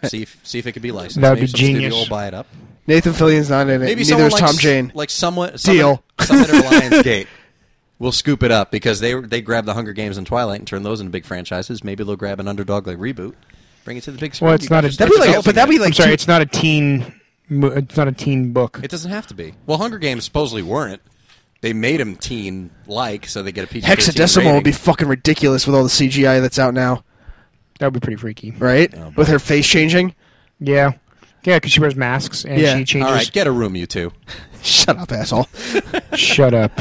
S1: see if see if it could be licensed.
S3: That'd be
S1: Maybe some studio
S3: genius.
S1: will buy it up.
S2: Nathan Fillion's not in it.
S1: Maybe
S2: Neither
S1: someone
S2: is
S1: like
S2: Tom
S1: S-
S2: Jane.
S1: like someone
S2: Deal.
S1: Summit, Summit or Lionsgate will scoop it up because they they grab the Hunger Games and Twilight and turn those into big franchises. Maybe they'll grab an underdog like reboot, bring it to the big screen.
S3: Well, it's
S1: You
S3: not
S1: guys
S3: a-
S1: start
S2: That'd be like,
S1: developing
S2: but that'd
S1: it.
S2: be like
S3: I'm sorry,
S2: two-
S3: it's not a teen. mo- It's not a teen book.
S1: It doesn't have to be. Well, Hunger Games supposedly weren't. They made them teen like, so they get a PG.
S2: hexadecimal would be fucking ridiculous with all the CGI that's out now,
S3: That would be pretty freaky.
S2: right?
S1: Oh, boy.
S2: with her face changing.
S3: Yeah, yeah, because she wears masks and
S2: Yeah.
S3: she changes.
S1: All right, get a room, you two.
S2: Shut up, asshole.
S3: Shut up.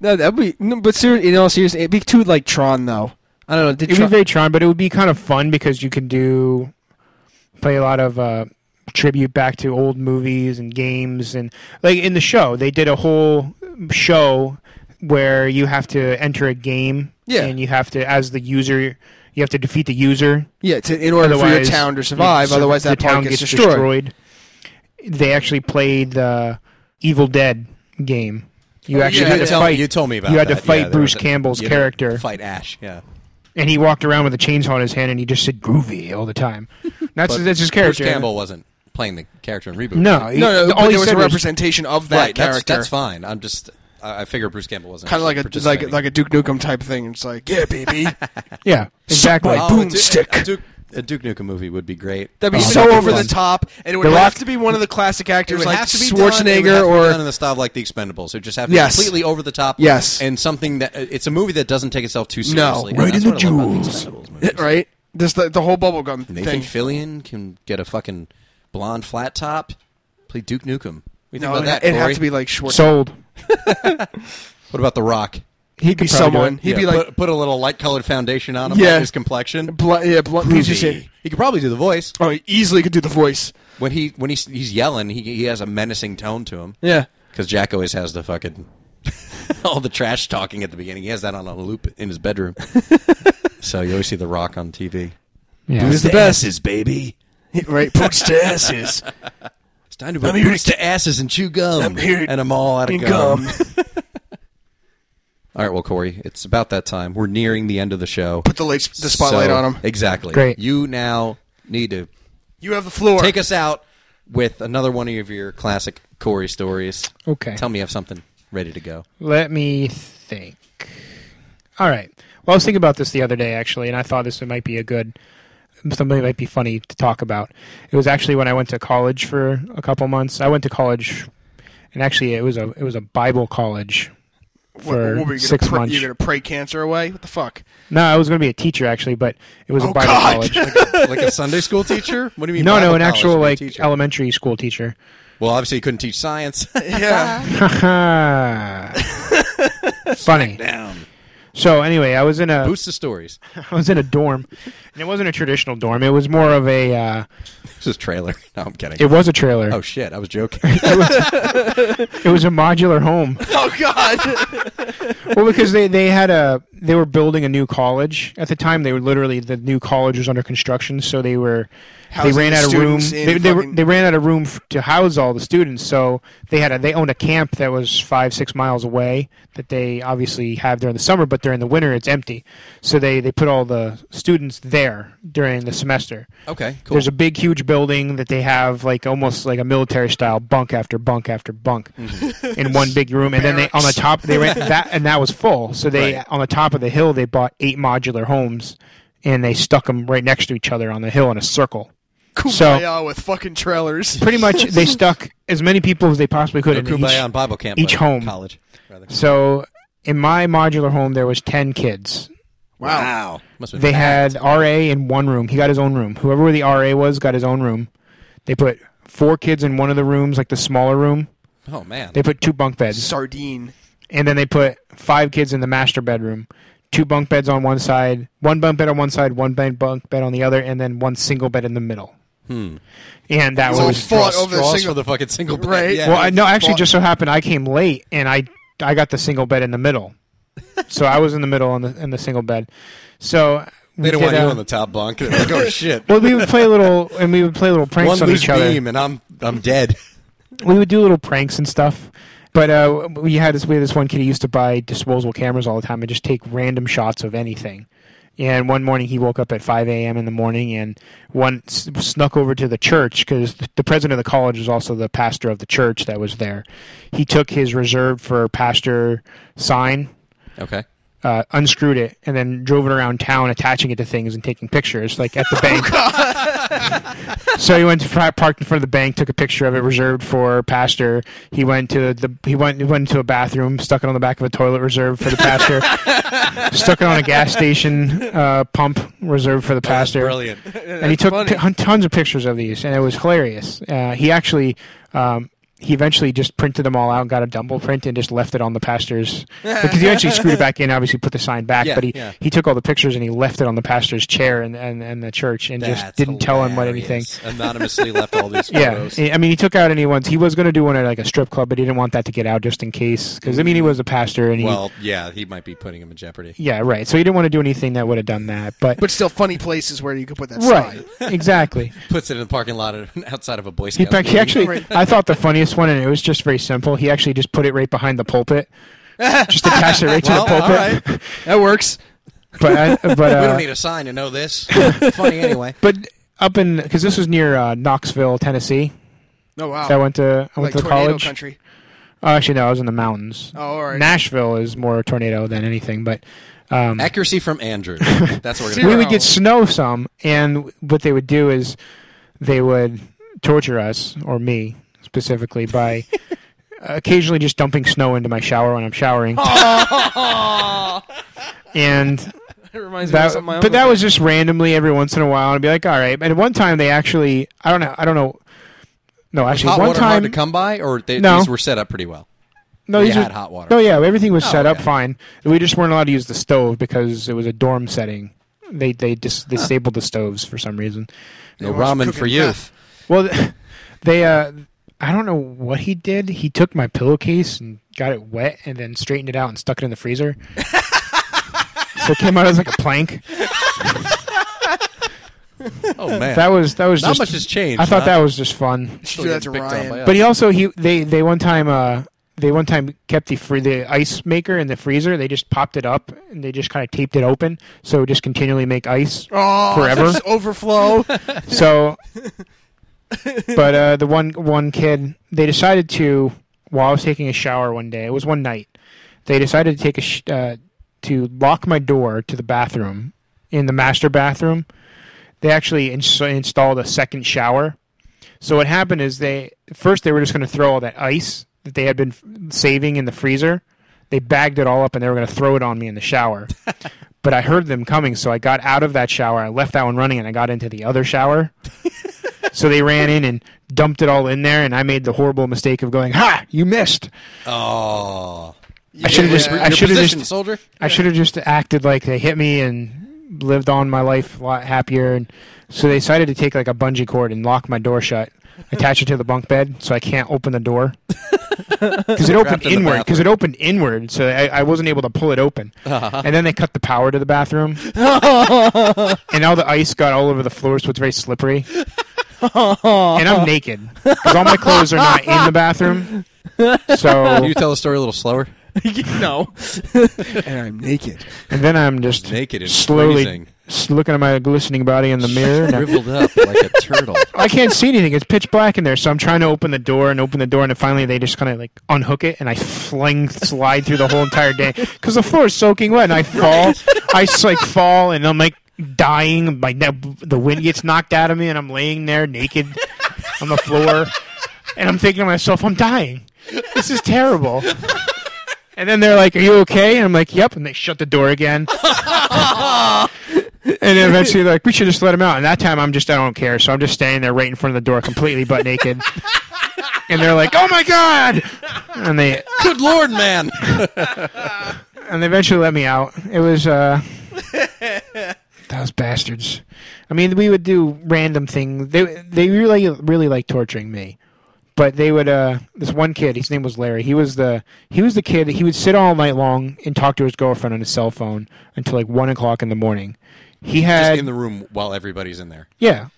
S2: No, that'd be. No, but ser- in all seriousness, it'd be too like Tron though. I don't know. Did
S3: It would be
S2: Tron-
S3: very trying, but it would be kind of fun because you can do play a lot of uh, tribute back to old movies and games and like in the show they did a whole show where you have to enter a game
S2: Yeah.
S3: and you have to, as the user, you have to defeat the user
S2: Yeah, to, in order for your
S3: Otherwise,
S2: town to
S3: you
S2: survive.
S3: sur-
S2: otherwise,
S3: the
S2: that
S3: town
S2: part gets, destroyed.
S3: They actually played the Evil Dead game. You actually
S1: Oh, you,
S3: had
S1: did
S3: to
S1: tell,
S3: fight.
S1: you told me about
S3: You had to
S1: that.
S3: fight
S1: Yeah, there
S3: Bruce
S1: was a-
S3: Campbell's
S1: you had to
S3: character,
S1: Fight Ash, yeah.
S3: and he walked around with a chainsaw in his hand, and he just said "groovy" all the time. That's that's his character.
S1: Bruce Campbell wasn't playing the character in reboot.
S3: No,
S1: right?
S3: he-
S2: No, no, but
S3: all he
S2: there was
S3: said
S2: a representation of that
S1: right. That's,
S2: character.
S1: that's fine. I'm just. I I figure Bruce Campbell wasn't
S2: Kind of like a
S1: actually
S2: like a,
S1: participating.
S2: like a Duke Nukem type thing. It's like, yeah, baby,
S3: yeah, exactly.
S2: my
S1: Oh, a Du-
S2: boomstick.
S1: A Duke, a Duke Nukem movie would be great.
S2: that'd be
S3: Oh,
S2: so
S3: that'd be
S2: over
S3: fun.
S2: the top, and it would
S3: The
S2: have
S3: Rock-
S2: to be one of the classic
S1: It
S2: actors
S1: would
S2: like
S1: have to be done, it would
S2: Schwarzenegger
S1: have to be done
S2: or
S1: in the style of, like the Expendables. It would just have to be
S2: Yes.
S1: completely over the top.
S2: Yes.
S1: and something that uh, it's a movie that doesn't take itself too
S2: No.
S1: seriously. and
S2: Right
S1: that's
S3: in
S1: what
S3: the
S1: I love about
S3: jewels.
S1: Expendables movies.
S2: right. This the, the whole bubblegum
S1: Nathan
S2: thing.
S1: Fillion can get a fucking blonde flat top. Play Duke Nukem. We think
S2: No,
S1: about
S2: it'd,
S1: that.
S2: it'd have
S1: Corey?
S2: to be like Schwarzenegger.
S3: Sold.
S1: What about The Rock?
S3: He'd
S2: be someone. He'd
S1: Yeah,
S2: be like,
S1: put, put a little light colored foundation on him,
S2: Yeah.
S1: like his complexion.
S2: bl- yeah, bl- he's just
S1: Groovy. He could probably do the voice
S2: Oh, he easily could do the voice.
S1: when he when he's he's yelling. He he has a menacing tone to him.
S2: Yeah.
S1: Because Jack always has the fucking all the trash talking at the beginning. He has that on a loop in his bedroom. so you always see The Rock on TV.
S3: Yeah.
S2: the best.
S1: asses, baby.
S2: Right, punch to asses.
S1: It's time to
S2: I'm
S1: put
S2: here
S1: boots
S2: to-
S1: to asses and chew gum.
S2: I'm here
S1: and I'm all out of
S2: and
S1: gum.
S2: gum.
S1: All right, well, Corey, it's about that time. We're nearing the end of the show.
S2: Put the, lights, the spotlight
S1: So-
S2: on him.
S1: Exactly.
S3: Great.
S1: You now need to
S2: You have the floor.
S1: take us out with another one of your classic Corey stories.
S3: Okay.
S1: Tell me you have something ready to go.
S3: Let me think. All right. Well, I was thinking about this the other day actually, and I thought this might be a good something that might be funny to talk about. It was actually when I went to college for a couple months. I went to college, and actually it was a it was a Bible college for
S2: were you gonna
S3: six
S2: pray,
S3: months.
S2: You're going to pray cancer away? What the fuck?
S3: No, I was going to be a teacher actually, but it was
S2: Oh,
S3: a Bible
S2: God.
S3: college.
S1: like a Sunday school teacher? What do you mean?
S3: No,
S1: Bible
S3: no, an
S1: college
S3: actual
S1: school
S3: like
S1: teacher?
S3: elementary school teacher.
S1: well, obviously, he couldn't teach science.
S2: Yeah.
S3: Funny. So anyway, I was in a
S1: Boost the stories.
S3: I was in a dorm, and it wasn't a traditional dorm. It was more of a uh,
S1: This is trailer. No, I'm kidding.
S3: It was a trailer.
S1: oh shit, I was joking.
S3: It was a modular home.
S2: oh, God.
S3: well, because they, they had a they were building a new college at the time. They were literally the new college was under construction, so they were
S2: Housing
S3: they ran out of room.
S2: students in
S3: They, they, were,
S2: fucking-
S3: they ran out of room f- to house all the students. So they had a, they owned a camp that was five six miles away that they obviously have during the summer, but during the winter it's empty. So they they put all the students there during the semester.
S1: okay, cool.
S3: There's a big, huge building that they have like almost like a military style bunk after bunk after bunk
S1: Mm-hmm.
S3: in one big room, and then they on the
S2: Barracks.
S3: top they ran that and that was full. So they
S1: Right.
S3: on the top of the hill they bought eight modular homes, and they stuck them right next to each other on the hill in a circle.
S2: Kumbaya with fucking trailers.
S3: Pretty much they stuck as many people as they possibly could
S1: Go
S3: in
S1: Kumbaya
S3: each.
S1: on Bible camp.
S3: each
S1: but
S3: home.
S1: college. rather.
S3: So in my modular home there was ten kids.
S1: Wow, must have been
S3: They
S1: packed.
S3: had RA in one room. He got his own room. Whoever the RA was got his own room. They put four kids in one of the rooms, like the smaller room.
S1: Oh man,
S3: They put two bunk beds,
S2: Sardine.
S3: and then they put five kids in the master bedroom. Two bunk beds on one side, one bunk bed on one side, one bed bunk bed on the other, and then one single bed in the middle. Hmm. And that
S2: It's all
S3: was
S2: full
S1: Straw-
S2: fought over the
S1: straws
S2: single-
S1: for the fucking single bed.
S2: Right.
S1: Yeah.
S3: well. I, no, actually,
S2: full-
S3: just so happened I came late, and I I got the single bed in the middle, so I was in the middle on the in the single bed. So
S1: they don't want you
S3: uh,
S1: on the top bunk. They're like, oh shit.
S3: Well, we would play little, and we would play little
S1: One
S3: pranks on
S1: loose
S3: each other.
S1: beam and I'm I'm dead.
S3: we would do little pranks and stuff. But uh, we had this we had this one kid who used to buy disposable cameras all the time and just take random shots of anything. And one morning he woke up at 5 a.m. in the morning and one s- snuck over to the church because the president of the college was also the pastor of the church that was there. He took his reserved for pastor sign,
S1: Okay.
S3: uh, unscrewed it, and then drove it around town, attaching it to things and taking pictures, like at the bank. so he went to fr- parked in front of the bank, took a picture of it, reserved for pastor. He went to the he went he went to a bathroom, stuck it on the back of a toilet, reserved for the pastor. stuck it on a gas station uh, pump, reserved for the pastor
S1: Brilliant.
S3: and he took t- hun- tons of pictures of these, and it was hilarious. Uh, he actually um, he eventually just printed them all out and got a dumble print and just left it on the pastor's because he eventually screwed it back in. Obviously, put the sign back,
S1: Yeah,
S3: but he
S1: yeah.
S3: he took all the pictures and he left it on the pastor's chair and and, and the church and just
S1: That's
S3: didn't tell him what anything.
S1: hilarious. Anonymously left all these
S3: Yeah,
S1: photos.
S3: I I mean, he took out any ones. He was going to do one at like a strip club, but he didn't want that to get out just in case. Because I mean, he was a pastor, and he
S1: Mm. Well, yeah, he might be putting him in jeopardy.
S3: yeah, right. So he didn't want to do anything that would have done that. But,
S2: but still funny places where you could put that
S3: right,
S2: sign.
S3: exactly.
S1: Puts it in the parking lot of, outside of a Boy
S3: He,
S1: Scout.
S3: fact, he
S1: meeting.
S3: actually, I thought the funniest one, and it was just very simple. He actually just put it right behind the pulpit, just attached it right to
S1: Well,
S3: the
S1: all
S3: pulpit.
S1: right.
S2: That works.
S3: But I, but
S1: we
S3: uh,
S1: don't need a sign to know this. Funny anyway.
S3: but up in because this was near uh, Knoxville, Tennessee.
S2: Oh wow.
S3: So I went to I
S2: like
S3: went to
S2: tornado
S3: college.
S2: country.
S3: Oh, actually, no, I was in the mountains.
S2: Oh, all right.
S3: Nashville is more tornado than anything, but um,
S1: Accuracy from Andrew. That's what we're
S2: Zero.
S1: gonna
S3: we would get snow some, and what they would do is they would torture us or me specifically by occasionally just dumping snow into my shower when I'm showering. and
S2: It reminds me of
S3: that,
S2: something my
S3: but that
S2: uncle
S3: was just randomly every once in a while, and I'd be like, all right. And at one time they actually, I don't know, I don't know. No,
S1: Was
S3: actually,
S1: hot
S3: one
S1: water
S3: time
S1: hard to come by, or they,
S3: No.
S1: these were set up pretty well.
S3: No,
S1: We
S3: these
S1: had
S3: were-
S1: hot water. Oh,
S3: No, yeah, everything was set up
S1: okay.
S3: fine. We just weren't allowed to use the stove because it was a dorm setting. They they dis- disabled the stoves for some reason.
S1: No
S2: were just
S1: ramen
S2: cooking
S1: for you.
S2: meth.
S3: Well, they uh, I don't know what he did. He took my pillowcase and got it wet, and then straightened it out and stuck it in the freezer. so it came out as like a plank.
S1: Oh man,
S3: That was that was
S1: not
S3: just.
S1: much has changed.
S3: I thought
S1: huh?
S3: that was just fun.
S1: Still
S2: Dude, that's
S1: getting picked on
S2: Ryan.
S1: by us.
S3: But he also he they they one time uh they one time kept the free the ice maker in the freezer. They just popped it up and they just kind of taped it open, so it would just continually make ice
S2: Oh,
S3: forever.
S2: just overflow.
S3: so, but uh, the one one kid they decided to while I was taking a shower one day. It was one night. They decided to take a sh- uh, to lock my door to the bathroom in the master bathroom. They actually ins- installed a second shower. So what happened is they first they were just going to throw all that ice that they had been f- saving in the freezer. They bagged it all up and they were going to throw it on me in the shower. but I heard them coming, so I got out of that shower. I left that one running and I got into the other shower. so they ran in and dumped it all in there, and I made the horrible mistake of going, "Ha! You missed."
S1: Oh,
S3: I should have just,
S2: Yeah.
S3: I
S1: your
S3: should have
S1: position,
S3: just,
S1: soldier.
S3: I should have just acted like they hit me and lived on my life a lot happier. And so they decided to take like a bungee cord and lock my door shut, attach it to the bunk bed, so I can't open the door because it opened
S1: Trapped in the
S3: inward. Because it opened inward, so I, I wasn't able to pull it open.
S1: Uh-huh.
S3: And then they cut the power to the bathroom, and all the ice got all over the floor, so it's very slippery. and I'm naked because all my clothes are not in the bathroom.
S1: Can
S3: So
S1: you tell the story a little slower?
S2: no. and I'm naked.
S3: and then I'm just
S1: Naked and
S3: slowly
S1: freezing.
S3: s- looking at my glistening body in the mirror. and I-
S1: Shriveled up like a turtle.
S3: I can't see anything. It's pitch black in there. So I'm trying to open the door and open the door, and then finally they just kind of like unhook it, and I fling slide through the whole entire day because the floor is soaking wet, and I fall. I s- like fall, and I'm like dying. My ne- the wind gets knocked out of me, and I'm laying there naked on the floor, and I'm thinking to myself, I'm dying. This is terrible. And then they're like, "Are you okay?" And I'm like, "Yep." And they shut the door again. And then eventually, they're like, we should just let him out. And that time, I'm just, I don't care. So I'm just standing there right in front of the door, completely butt naked. and they're like, oh my God! And they,
S1: Good lord, man!
S3: and they eventually let me out. It was, uh, those bastards. I mean, we would do random things. They, they really, really like torturing me. But they would, uh, this one kid, his name was Larry. He was the, he was the kid that he would sit all night long and talk to his girlfriend on his cell phone until like one o'clock in the morning. He had,
S1: Just in the room while everybody's in there.
S3: yeah.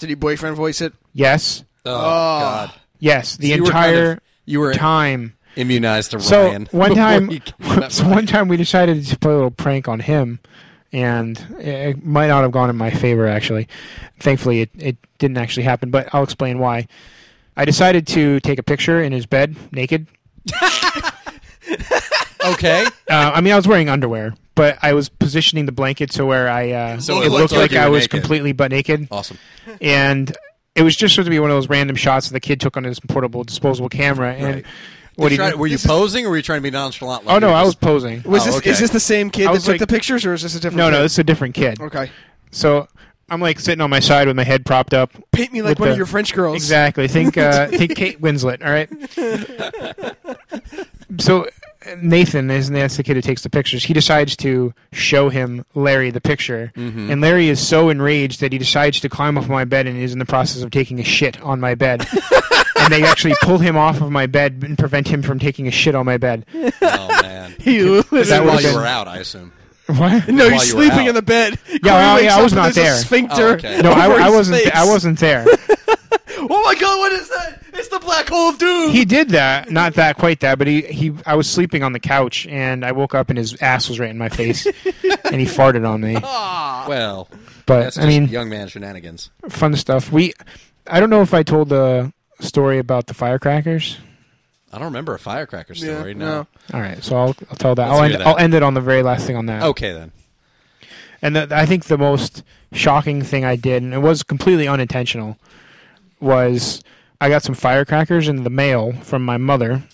S2: Did your boyfriend voice it?
S3: Yes.
S1: Oh, God!
S3: Yes, the
S1: You were kind
S3: entire
S1: of- you were
S3: time.
S1: immunized to
S3: So
S1: Ryan.
S3: one
S1: before
S3: time,
S1: he came up.
S3: so one time we decided to play a little prank on him, and it might not have gone in my favor. Actually, thankfully it, it didn't actually happen. But I'll explain why. I decided to take a picture in his bed naked.
S1: okay.
S3: Uh, I mean, I was wearing underwear, but I was positioning the blanket so where I uh,
S1: So
S3: it,
S1: it
S3: looked
S1: looked like
S3: like
S1: you
S3: I
S1: were
S3: was
S1: naked. Oh.
S3: completely butt naked.
S1: Awesome.
S3: and it was just supposed to be one of those random shots that the kid took on his portable disposable camera. And
S1: Right.
S3: what he
S1: Try-
S3: did-
S1: were you posing or were you trying to be nonchalant? like
S3: Oh
S1: you
S3: no,
S1: were
S3: I was
S1: just-
S3: posing.
S2: Was
S1: Oh,
S2: this
S1: okay.
S2: is this the same kid
S3: I
S2: that
S3: was
S2: took
S3: like-
S2: the pictures, or is this a different?
S3: No, no,
S2: kid?
S3: this is a different kid.
S2: Okay.
S3: So I'm like sitting on my side with my head propped up.
S2: Paint me like
S3: With
S2: one
S3: the-
S2: of your French
S3: Oh,
S2: girls.
S3: Exactly. Think uh, think Kate Winslet. All right. so uh, Nathan is that's the kid who takes the pictures. He decides to show him Larry the picture,
S2: Mm-hmm.
S3: and Larry is so enraged that he decides to climb off my bed and is in the process of taking a shit on my bed. and they actually pull him off of my bed and prevent him from taking a shit on my bed.
S1: Oh man,
S2: You
S1: is that
S3: would've
S1: while you
S3: been-
S1: were out? I assume.
S3: What?
S2: No,
S1: While
S2: you're
S1: you were
S2: sleeping
S1: out.
S2: in the bed. Yeah,
S3: I- yeah, I was not there.
S2: sphincter.
S1: Oh, okay.
S3: No, I,
S2: over
S3: I
S2: his
S3: wasn't.
S2: face.
S3: I wasn't there.
S2: Oh my god, what is that? It's the black hole of doom.
S3: He did that, not that quite that, but he, he I was sleeping on the couch and I woke up and his ass was right in my face and he farted on me.
S1: Uh, Well,
S3: But
S1: Oh, that's just
S3: I mean,
S1: young man shenanigans.
S3: fun stuff. We I don't know if I told the story about the firecrackers.
S1: I don't remember a firecracker
S2: Yeah,
S1: story.
S2: no.
S3: All right, so I'll, I'll tell that.
S1: Let's
S3: I'll
S1: hear
S3: end,
S1: that. Oh.
S3: I'll end it on the very last thing on that.
S1: Okay then.
S3: And the, I think the most shocking thing I did, and it was completely unintentional, was I got some firecrackers in the mail from my mother.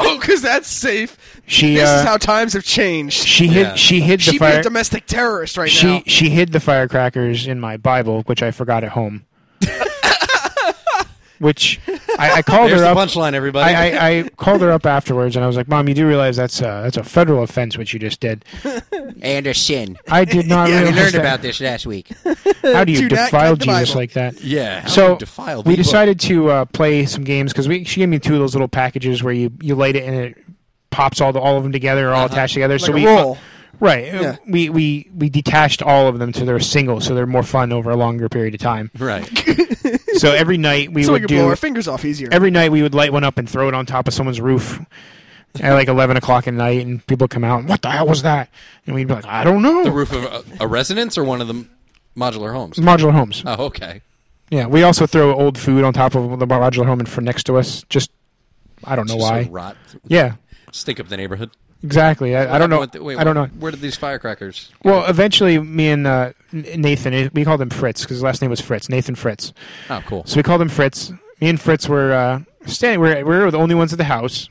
S2: Oh, because that's safe.
S3: She
S2: This
S3: uh,
S2: is how times have changed.
S3: she hid
S1: Yeah.
S3: she hid the
S2: She'd be
S3: fire.
S2: a domestic terrorist right
S3: she
S2: now.
S3: she hid the firecrackers in my Bible, which I forgot at home. which I, I called
S1: There's
S3: her
S1: the
S3: Oh, up.
S1: punchline, everybody.
S3: I, I, I called her up afterwards, and I was like, "Mom, you do realize that's a, that's a federal offense what you just did."
S4: Anderson.
S3: I did not
S2: Yeah,
S4: We
S2: we
S3: realize
S4: learned
S3: that.
S4: about this last week.
S3: How do
S2: Do
S3: you
S2: not
S3: defile
S2: cut the
S3: Jesus
S2: Bible.
S3: like that?
S1: yeah. how
S3: so
S1: defile
S3: we
S1: people.
S3: decided to uh, play some games because we she gave me two of those little packages where you, you light it and it pops all the, all of them together, all attached together.
S2: Like
S3: so
S2: a
S3: we
S2: roll.
S3: right
S2: Yeah.
S3: we, we we detached all of them so they're single, so they're more fun over a longer period of time.
S1: Right.
S3: so every night we
S2: so we
S3: would
S2: could
S3: do
S2: blow our fingers off easier.
S3: every night we would light one up and throw it on top of someone's roof at like 11 o'clock at night and people come out and what the hell was that and we'd be like i don't know
S1: The roof of a, a residence or one of the m- modular homes.
S3: modular homes
S1: Oh, okay.
S3: yeah we also throw old food on top of the modular home and for next to us just i don't know
S1: Just
S3: why
S1: sort of rot,
S3: yeah
S1: stink up the neighborhood.
S3: exactly i, I don't know
S1: What the- wait,
S3: i don't
S1: what-
S3: know
S1: Where did these firecrackers?
S3: well eventually me and uh, N- nathan we called him fritz because his last name was fritz nathan fritz
S1: Oh, cool.
S3: So we called him Fritz. Me and Fritz were uh, standing. We're, we're the only ones at the house.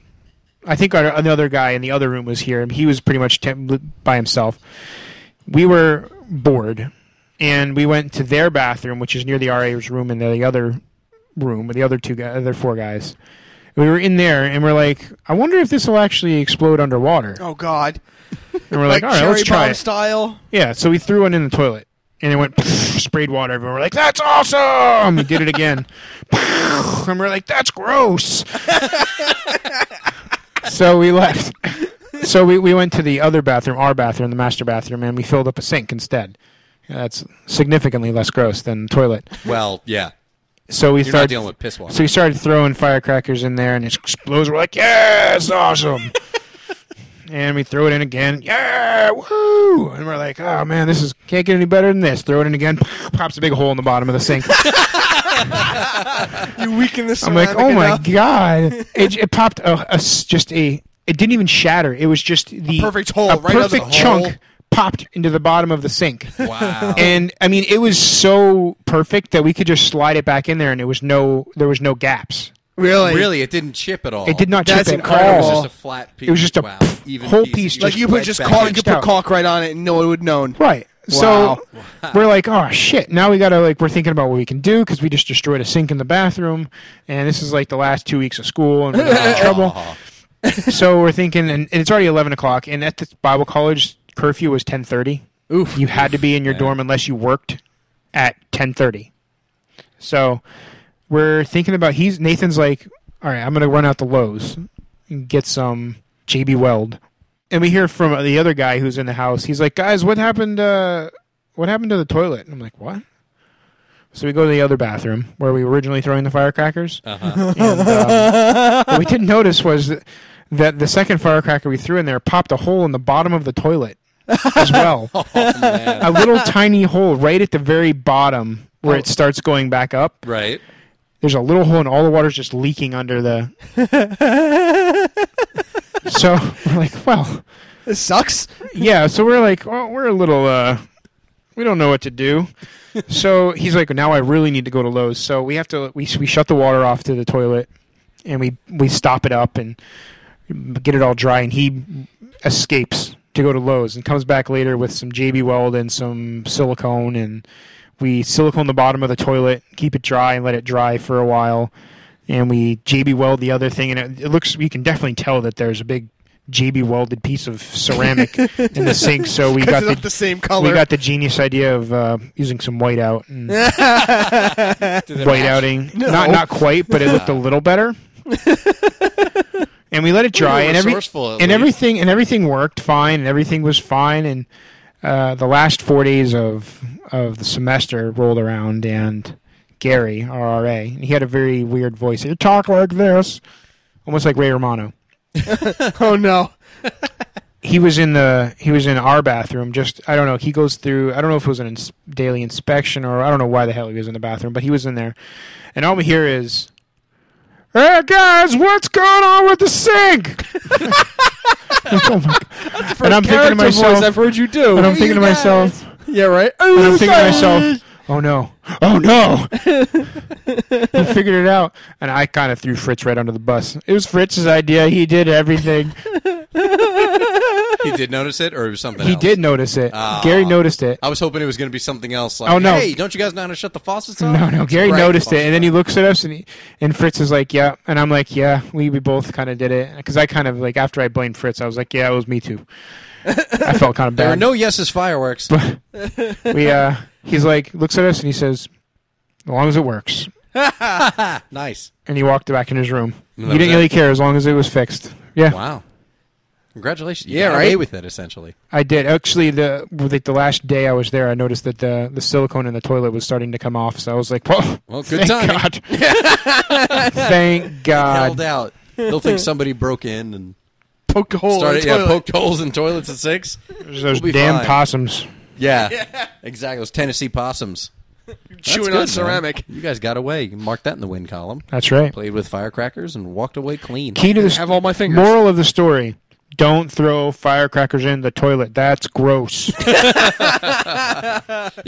S3: I think our, another guy in the other room was here, and he was pretty much tem- by himself. We were bored, and we went to their bathroom, which is near the RA's room, and the other room with the other two guys, other four guys. We were in there, and we're like, I wonder if this will actually explode underwater.
S2: oh god,
S3: And we're like, all right,
S2: cherry
S3: let's try
S2: bomb
S3: it.
S2: style.
S3: Yeah, so we threw one in the toilet, and it went sprayed water everywhere. We're like, "That's awesome!" We did it again, and we're like, "That's gross." so we left. So we, we went to the other bathroom, our bathroom, the master bathroom, and we filled up a sink instead. Yeah, That's significantly less gross than toilet.
S1: Well, yeah.
S3: So we
S1: You're not
S3: started
S1: dealing with piss water.
S3: so we started throwing firecrackers in there, and it explodes. We're like, "Yeah, it's awesome!" and we throw it in again. Yeah, woo! And we're like, "Oh man, this is can't get any better than this." Throw it in again. Pops a big hole in the bottom of the sink.
S2: You weaken this.
S3: I'm like, "Oh my god!" It, it popped a, a s- just a. It didn't even shatter. It was just the
S2: perfect hole
S3: a
S2: right under the
S3: perfect chunk
S2: hole.
S3: popped into the bottom of the sink.
S1: Wow.
S3: And I mean, it was so perfect that we could just slide it back in there, and it was no, there was no gaps.
S2: Really,
S1: really, it didn't chip at all.
S3: It did not
S2: That's
S3: chip at
S2: incredible.
S1: It was
S3: all.
S1: just a flat piece.
S3: was just a
S1: wow,
S3: pff,
S1: even
S3: whole
S1: that
S3: piece,
S1: you
S3: like
S2: Like you put
S1: wedge
S2: just
S1: back in.
S2: caulk, you
S3: pinched
S2: could
S3: out.
S2: put caulk right on it, and no one would known.
S3: Right.
S2: Wow.
S3: So we're like, oh shit! Now we gotta like we're thinking about what we can do because we just destroyed a sink in the bathroom, and this is like the last two weeks of school, and we're gonna be in trouble.
S1: Aw.
S3: So we're thinking, and, and it's already eleven o'clock, and at the Bible college curfew was ten thirty.
S2: Oof.
S3: You had to be in your
S1: man.
S3: dorm unless you worked at ten thirty. So we're thinking about he's Nathan's like, all right, I'm gonna run out to Lowe's and get some JB Weld, and we hear from the other guy who's in the house. He's like, guys, what happened? Uh, what happened to the toilet? And I'm like, what? So we go to the other bathroom where we were originally throwing the firecrackers.
S1: Uh-huh.
S3: And, um, what we didn't notice was that, that the second firecracker we threw in there popped a hole in the bottom of the toilet as well.
S1: Oh, man.
S3: a little tiny hole right at the very bottom where it starts going back up.
S1: Right.
S3: There's a little hole, and all the water's just leaking under the. so we're like, well,
S2: This sucks.
S3: yeah. So we're like, well, we're a little, uh, we don't know what to do. So he's like, now I really need to go to Lowe's. So we have to, we, we shut the water off to the toilet, and we we stop it up and get it all dry. And he escapes to go to Lowe's and comes back later with some JB Weld and some silicone and We silicone the bottom of the toilet, keep it dry, and let it dry for a while. And we JB weld the other thing, and it, it looks. You can definitely tell that there's a big JB welded piece of ceramic in the sink. So we got
S2: It's
S3: the,
S2: not the same color.
S3: we got the genius idea of uh, using some whiteout and white outing. Not not quite, but it looked a little better. and we let it dry,
S1: were
S3: and every
S1: resourceful, at
S3: and
S1: least.
S3: everything and everything worked fine, and everything was fine. And uh, the last four days of of the semester rolled around, and Gary, our RA, and he had a very weird voice. He talk like this, almost like Ray Romano
S2: oh no.
S3: he was in the he was in our bathroom just i don't know he goes through i don't know if it was an ins- daily inspection or i don't know why the hell he was in the bathroom but he was in there and all we hear is hey guys what's going on with the sink Oh my God. and i'm thinking to myself
S2: I've heard you do.
S3: and i'm thinking to myself
S2: yeah, right.
S3: and I'm thinking to myself, "Oh no, oh no!" he figured it out, and I kind of threw Fritz right under the bus. It was Fritz's idea. He did everything.
S1: He did notice it, or it was something.
S3: He
S1: else?
S3: did notice it.
S1: Ah.
S3: Gary noticed it.
S1: I was hoping it was going to be something else. Like,
S3: Oh, no.
S1: Hey, don't you guys know how to shut the faucets off?
S3: No, no. Gary
S1: Right,
S3: noticed it,
S1: faucet
S3: and then he
S1: off.
S3: looks at us, and he, and Fritz is like, "Yeah," and I'm like, "Yeah." We we both kind of did it because I kind of like after I blamed Fritz, I was like, "Yeah, it was me too." I felt kind of
S1: There are
S3: bad.
S1: no yeses fireworks.
S3: we uh, he's like looks at us and he says, "As long as it works,"
S1: Ah, nice.
S3: and he walked back in his room.
S1: And
S3: He
S1: that
S3: didn't
S1: was it?
S3: really care as long as it was fixed. Yeah,
S1: Wow. Congratulations. You
S2: Yeah,
S1: got Away
S2: right?
S1: with it essentially.
S3: I did actually. The like the last day I was there, I noticed that the the silicone in the toilet was starting to come off. So I was like, "Whoa!"
S1: Well, good
S3: thank
S1: timing.
S3: God. thank
S1: Held
S3: God.
S1: out. They'll think somebody broke in and
S2: Poke a hole.
S1: started
S2: in the
S1: yeah,
S2: toilet.
S1: poked holes in toilets at six.
S3: There's Those
S1: We'll be
S3: damn
S1: fine.
S3: possums.
S1: Yeah, exactly. Those Tennessee possums That's
S2: chewing
S1: good,
S2: on
S1: man.
S2: ceramic.
S1: You guys got away. You can mark that in the win column.
S3: That's right.
S1: Played with firecrackers and walked away clean.
S3: Key to the
S2: Have all my fingers.
S3: moral of the story: Don't throw firecrackers in the toilet. That's gross.
S1: You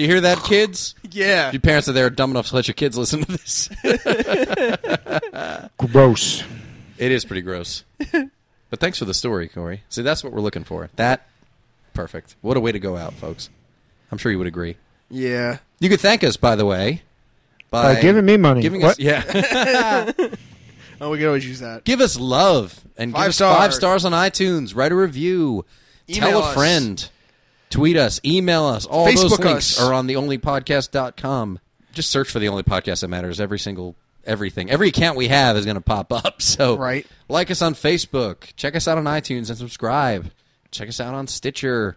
S1: hear that, kids?
S2: Yeah.
S1: Your parents are there dumb enough to let your kids listen to this.
S3: gross. Uh,
S1: It is pretty gross. but thanks for the story, Corey. See, that's what we're looking for. That perfect. What a way to go out, folks. I'm sure you would agree.
S2: Yeah.
S1: You could thank us, by the way, by
S3: By giving me money.
S1: giving us
S3: What?
S1: yeah,
S2: Oh, we could always use that.
S1: give us love and
S2: Five
S1: give us
S2: stars.
S1: five stars on iTunes. Write a review.
S2: Email
S1: tell a
S2: us.
S1: friend. Tweet us. Email us. All those
S2: Facebook
S1: links
S2: us.
S1: are on theonlypodcast.com. Just search for the only podcast that matters. Every single everything, every account we have is going to pop up. So
S2: Right.
S1: like us on Facebook. Check us out on iTunes and subscribe. Check us out on Stitcher.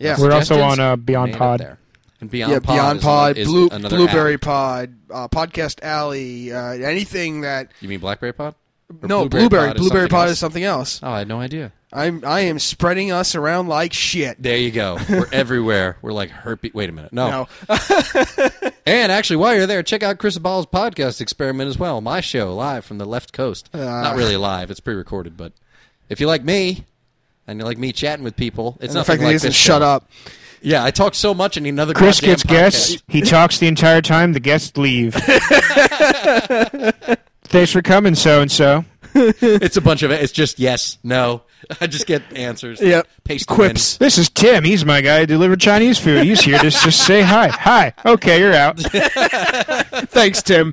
S2: Yeah.
S3: We're also
S1: Suggestions?
S3: on, uh, Beyond
S1: Made up
S3: Pod.
S1: there. And Beyond
S2: Yeah,
S1: Pod.
S2: Beyond
S1: is another-
S2: Pod,
S1: is
S2: Blue,
S1: another
S2: Blueberry
S1: app.
S2: Pod, uh, Podcast Alley, uh, anything that
S1: You mean Blackberry Pod? Or
S2: no Blueberry
S1: Pod is
S2: Blueberry
S1: something
S2: Pod
S1: else?
S2: is something else.
S1: Oh, I had no idea.
S2: I'm I am spreading us around like shit.
S1: There you go. We're everywhere. We're like herpes. Wait a minute. No.
S2: No,
S1: And actually, while you're there, check out Chris Ball's podcast experiment as well. My show, live from the left coast.
S2: Ah.
S1: Not really live; it's pre-recorded. But if you like me, and you like me chatting with people, it's
S2: the
S1: not
S2: fact
S1: like
S2: that he doesn't
S1: this
S2: shut
S1: show.
S2: up.
S1: Yeah, I talk so much in another.
S3: Chris
S1: goddamn
S3: gets
S1: podcast.
S3: guests. He talks the entire time. The guests leave. Thanks for coming, so and so.
S1: It's a bunch of it's just yes, no. I just get answers.
S2: Yep.
S1: paste them
S2: Quips.
S3: This is Tim. He's my guy who delivered Chinese food. He's here to just say hi. Hi. Okay, you're out.
S2: Thanks, Tim.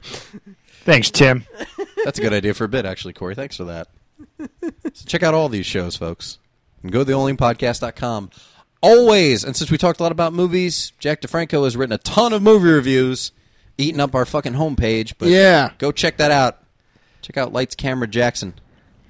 S3: Thanks, Tim.
S1: in. That's a good idea for a bit, actually, Corey. Thanks for that. so check out all these shows, folks, and go to theonlypodcast.com. Always, and since we talked a lot about movies, Jack DeFranco has written a ton of movie reviews, eating up our fucking homepage. But
S2: Yeah.
S1: Go check that out. Check out Lights Camera Jackson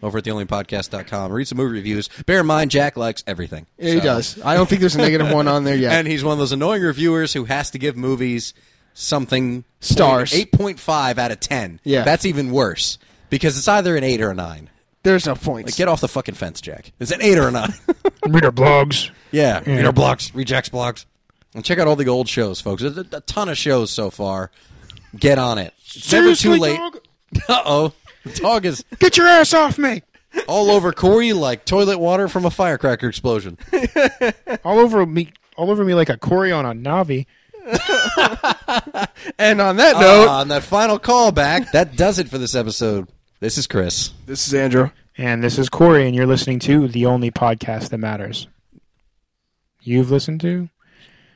S1: over at theonlypodcast.com. Read some movie reviews. Bear in mind, Jack likes everything.
S2: Yeah, He
S1: So-
S2: does. I don't think there's a negative one on there yet.
S1: And he's one of those annoying reviewers who has to give movies something
S2: Stars.
S1: 8.5 out of 10.
S2: Yeah.
S1: That's even worse because it's either an 8 or a 9.
S2: there's no points.
S1: Get off the fucking fence, Jack. It's an 8 or a 9.
S3: Read our blogs.
S1: yeah. Read our blogs, read Jack's blogs. And check out all the old shows, folks. There's a, a ton of shows so far. Get on it. It's never too
S3: Seriously,
S1: late.
S3: dog?
S1: Uh oh. The dog is
S3: Get your ass off me.
S1: all over Corey like toilet water from a firecracker explosion.
S3: All over me. All over me like a Cory on a Navi.
S2: and on that note,
S1: Ah, on that final callback, that does it for this episode. This is Chris.
S2: this is Andrew.
S3: And this is Corey, and you're listening to the only podcast that matters. You've listened to?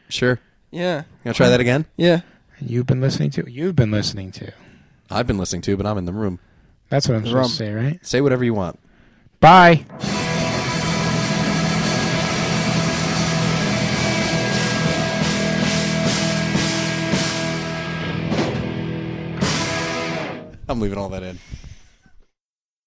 S1: Sure.
S2: Yeah.
S1: You want to try that again?
S2: Yeah.
S3: You've been listening to. You've been listening to.
S1: I've been listening to, but I'm in the room.
S3: That's what I'm supposed
S2: Rum.
S3: to say, right?
S1: Say whatever you want.
S3: Bye.
S1: I'm leaving all that in.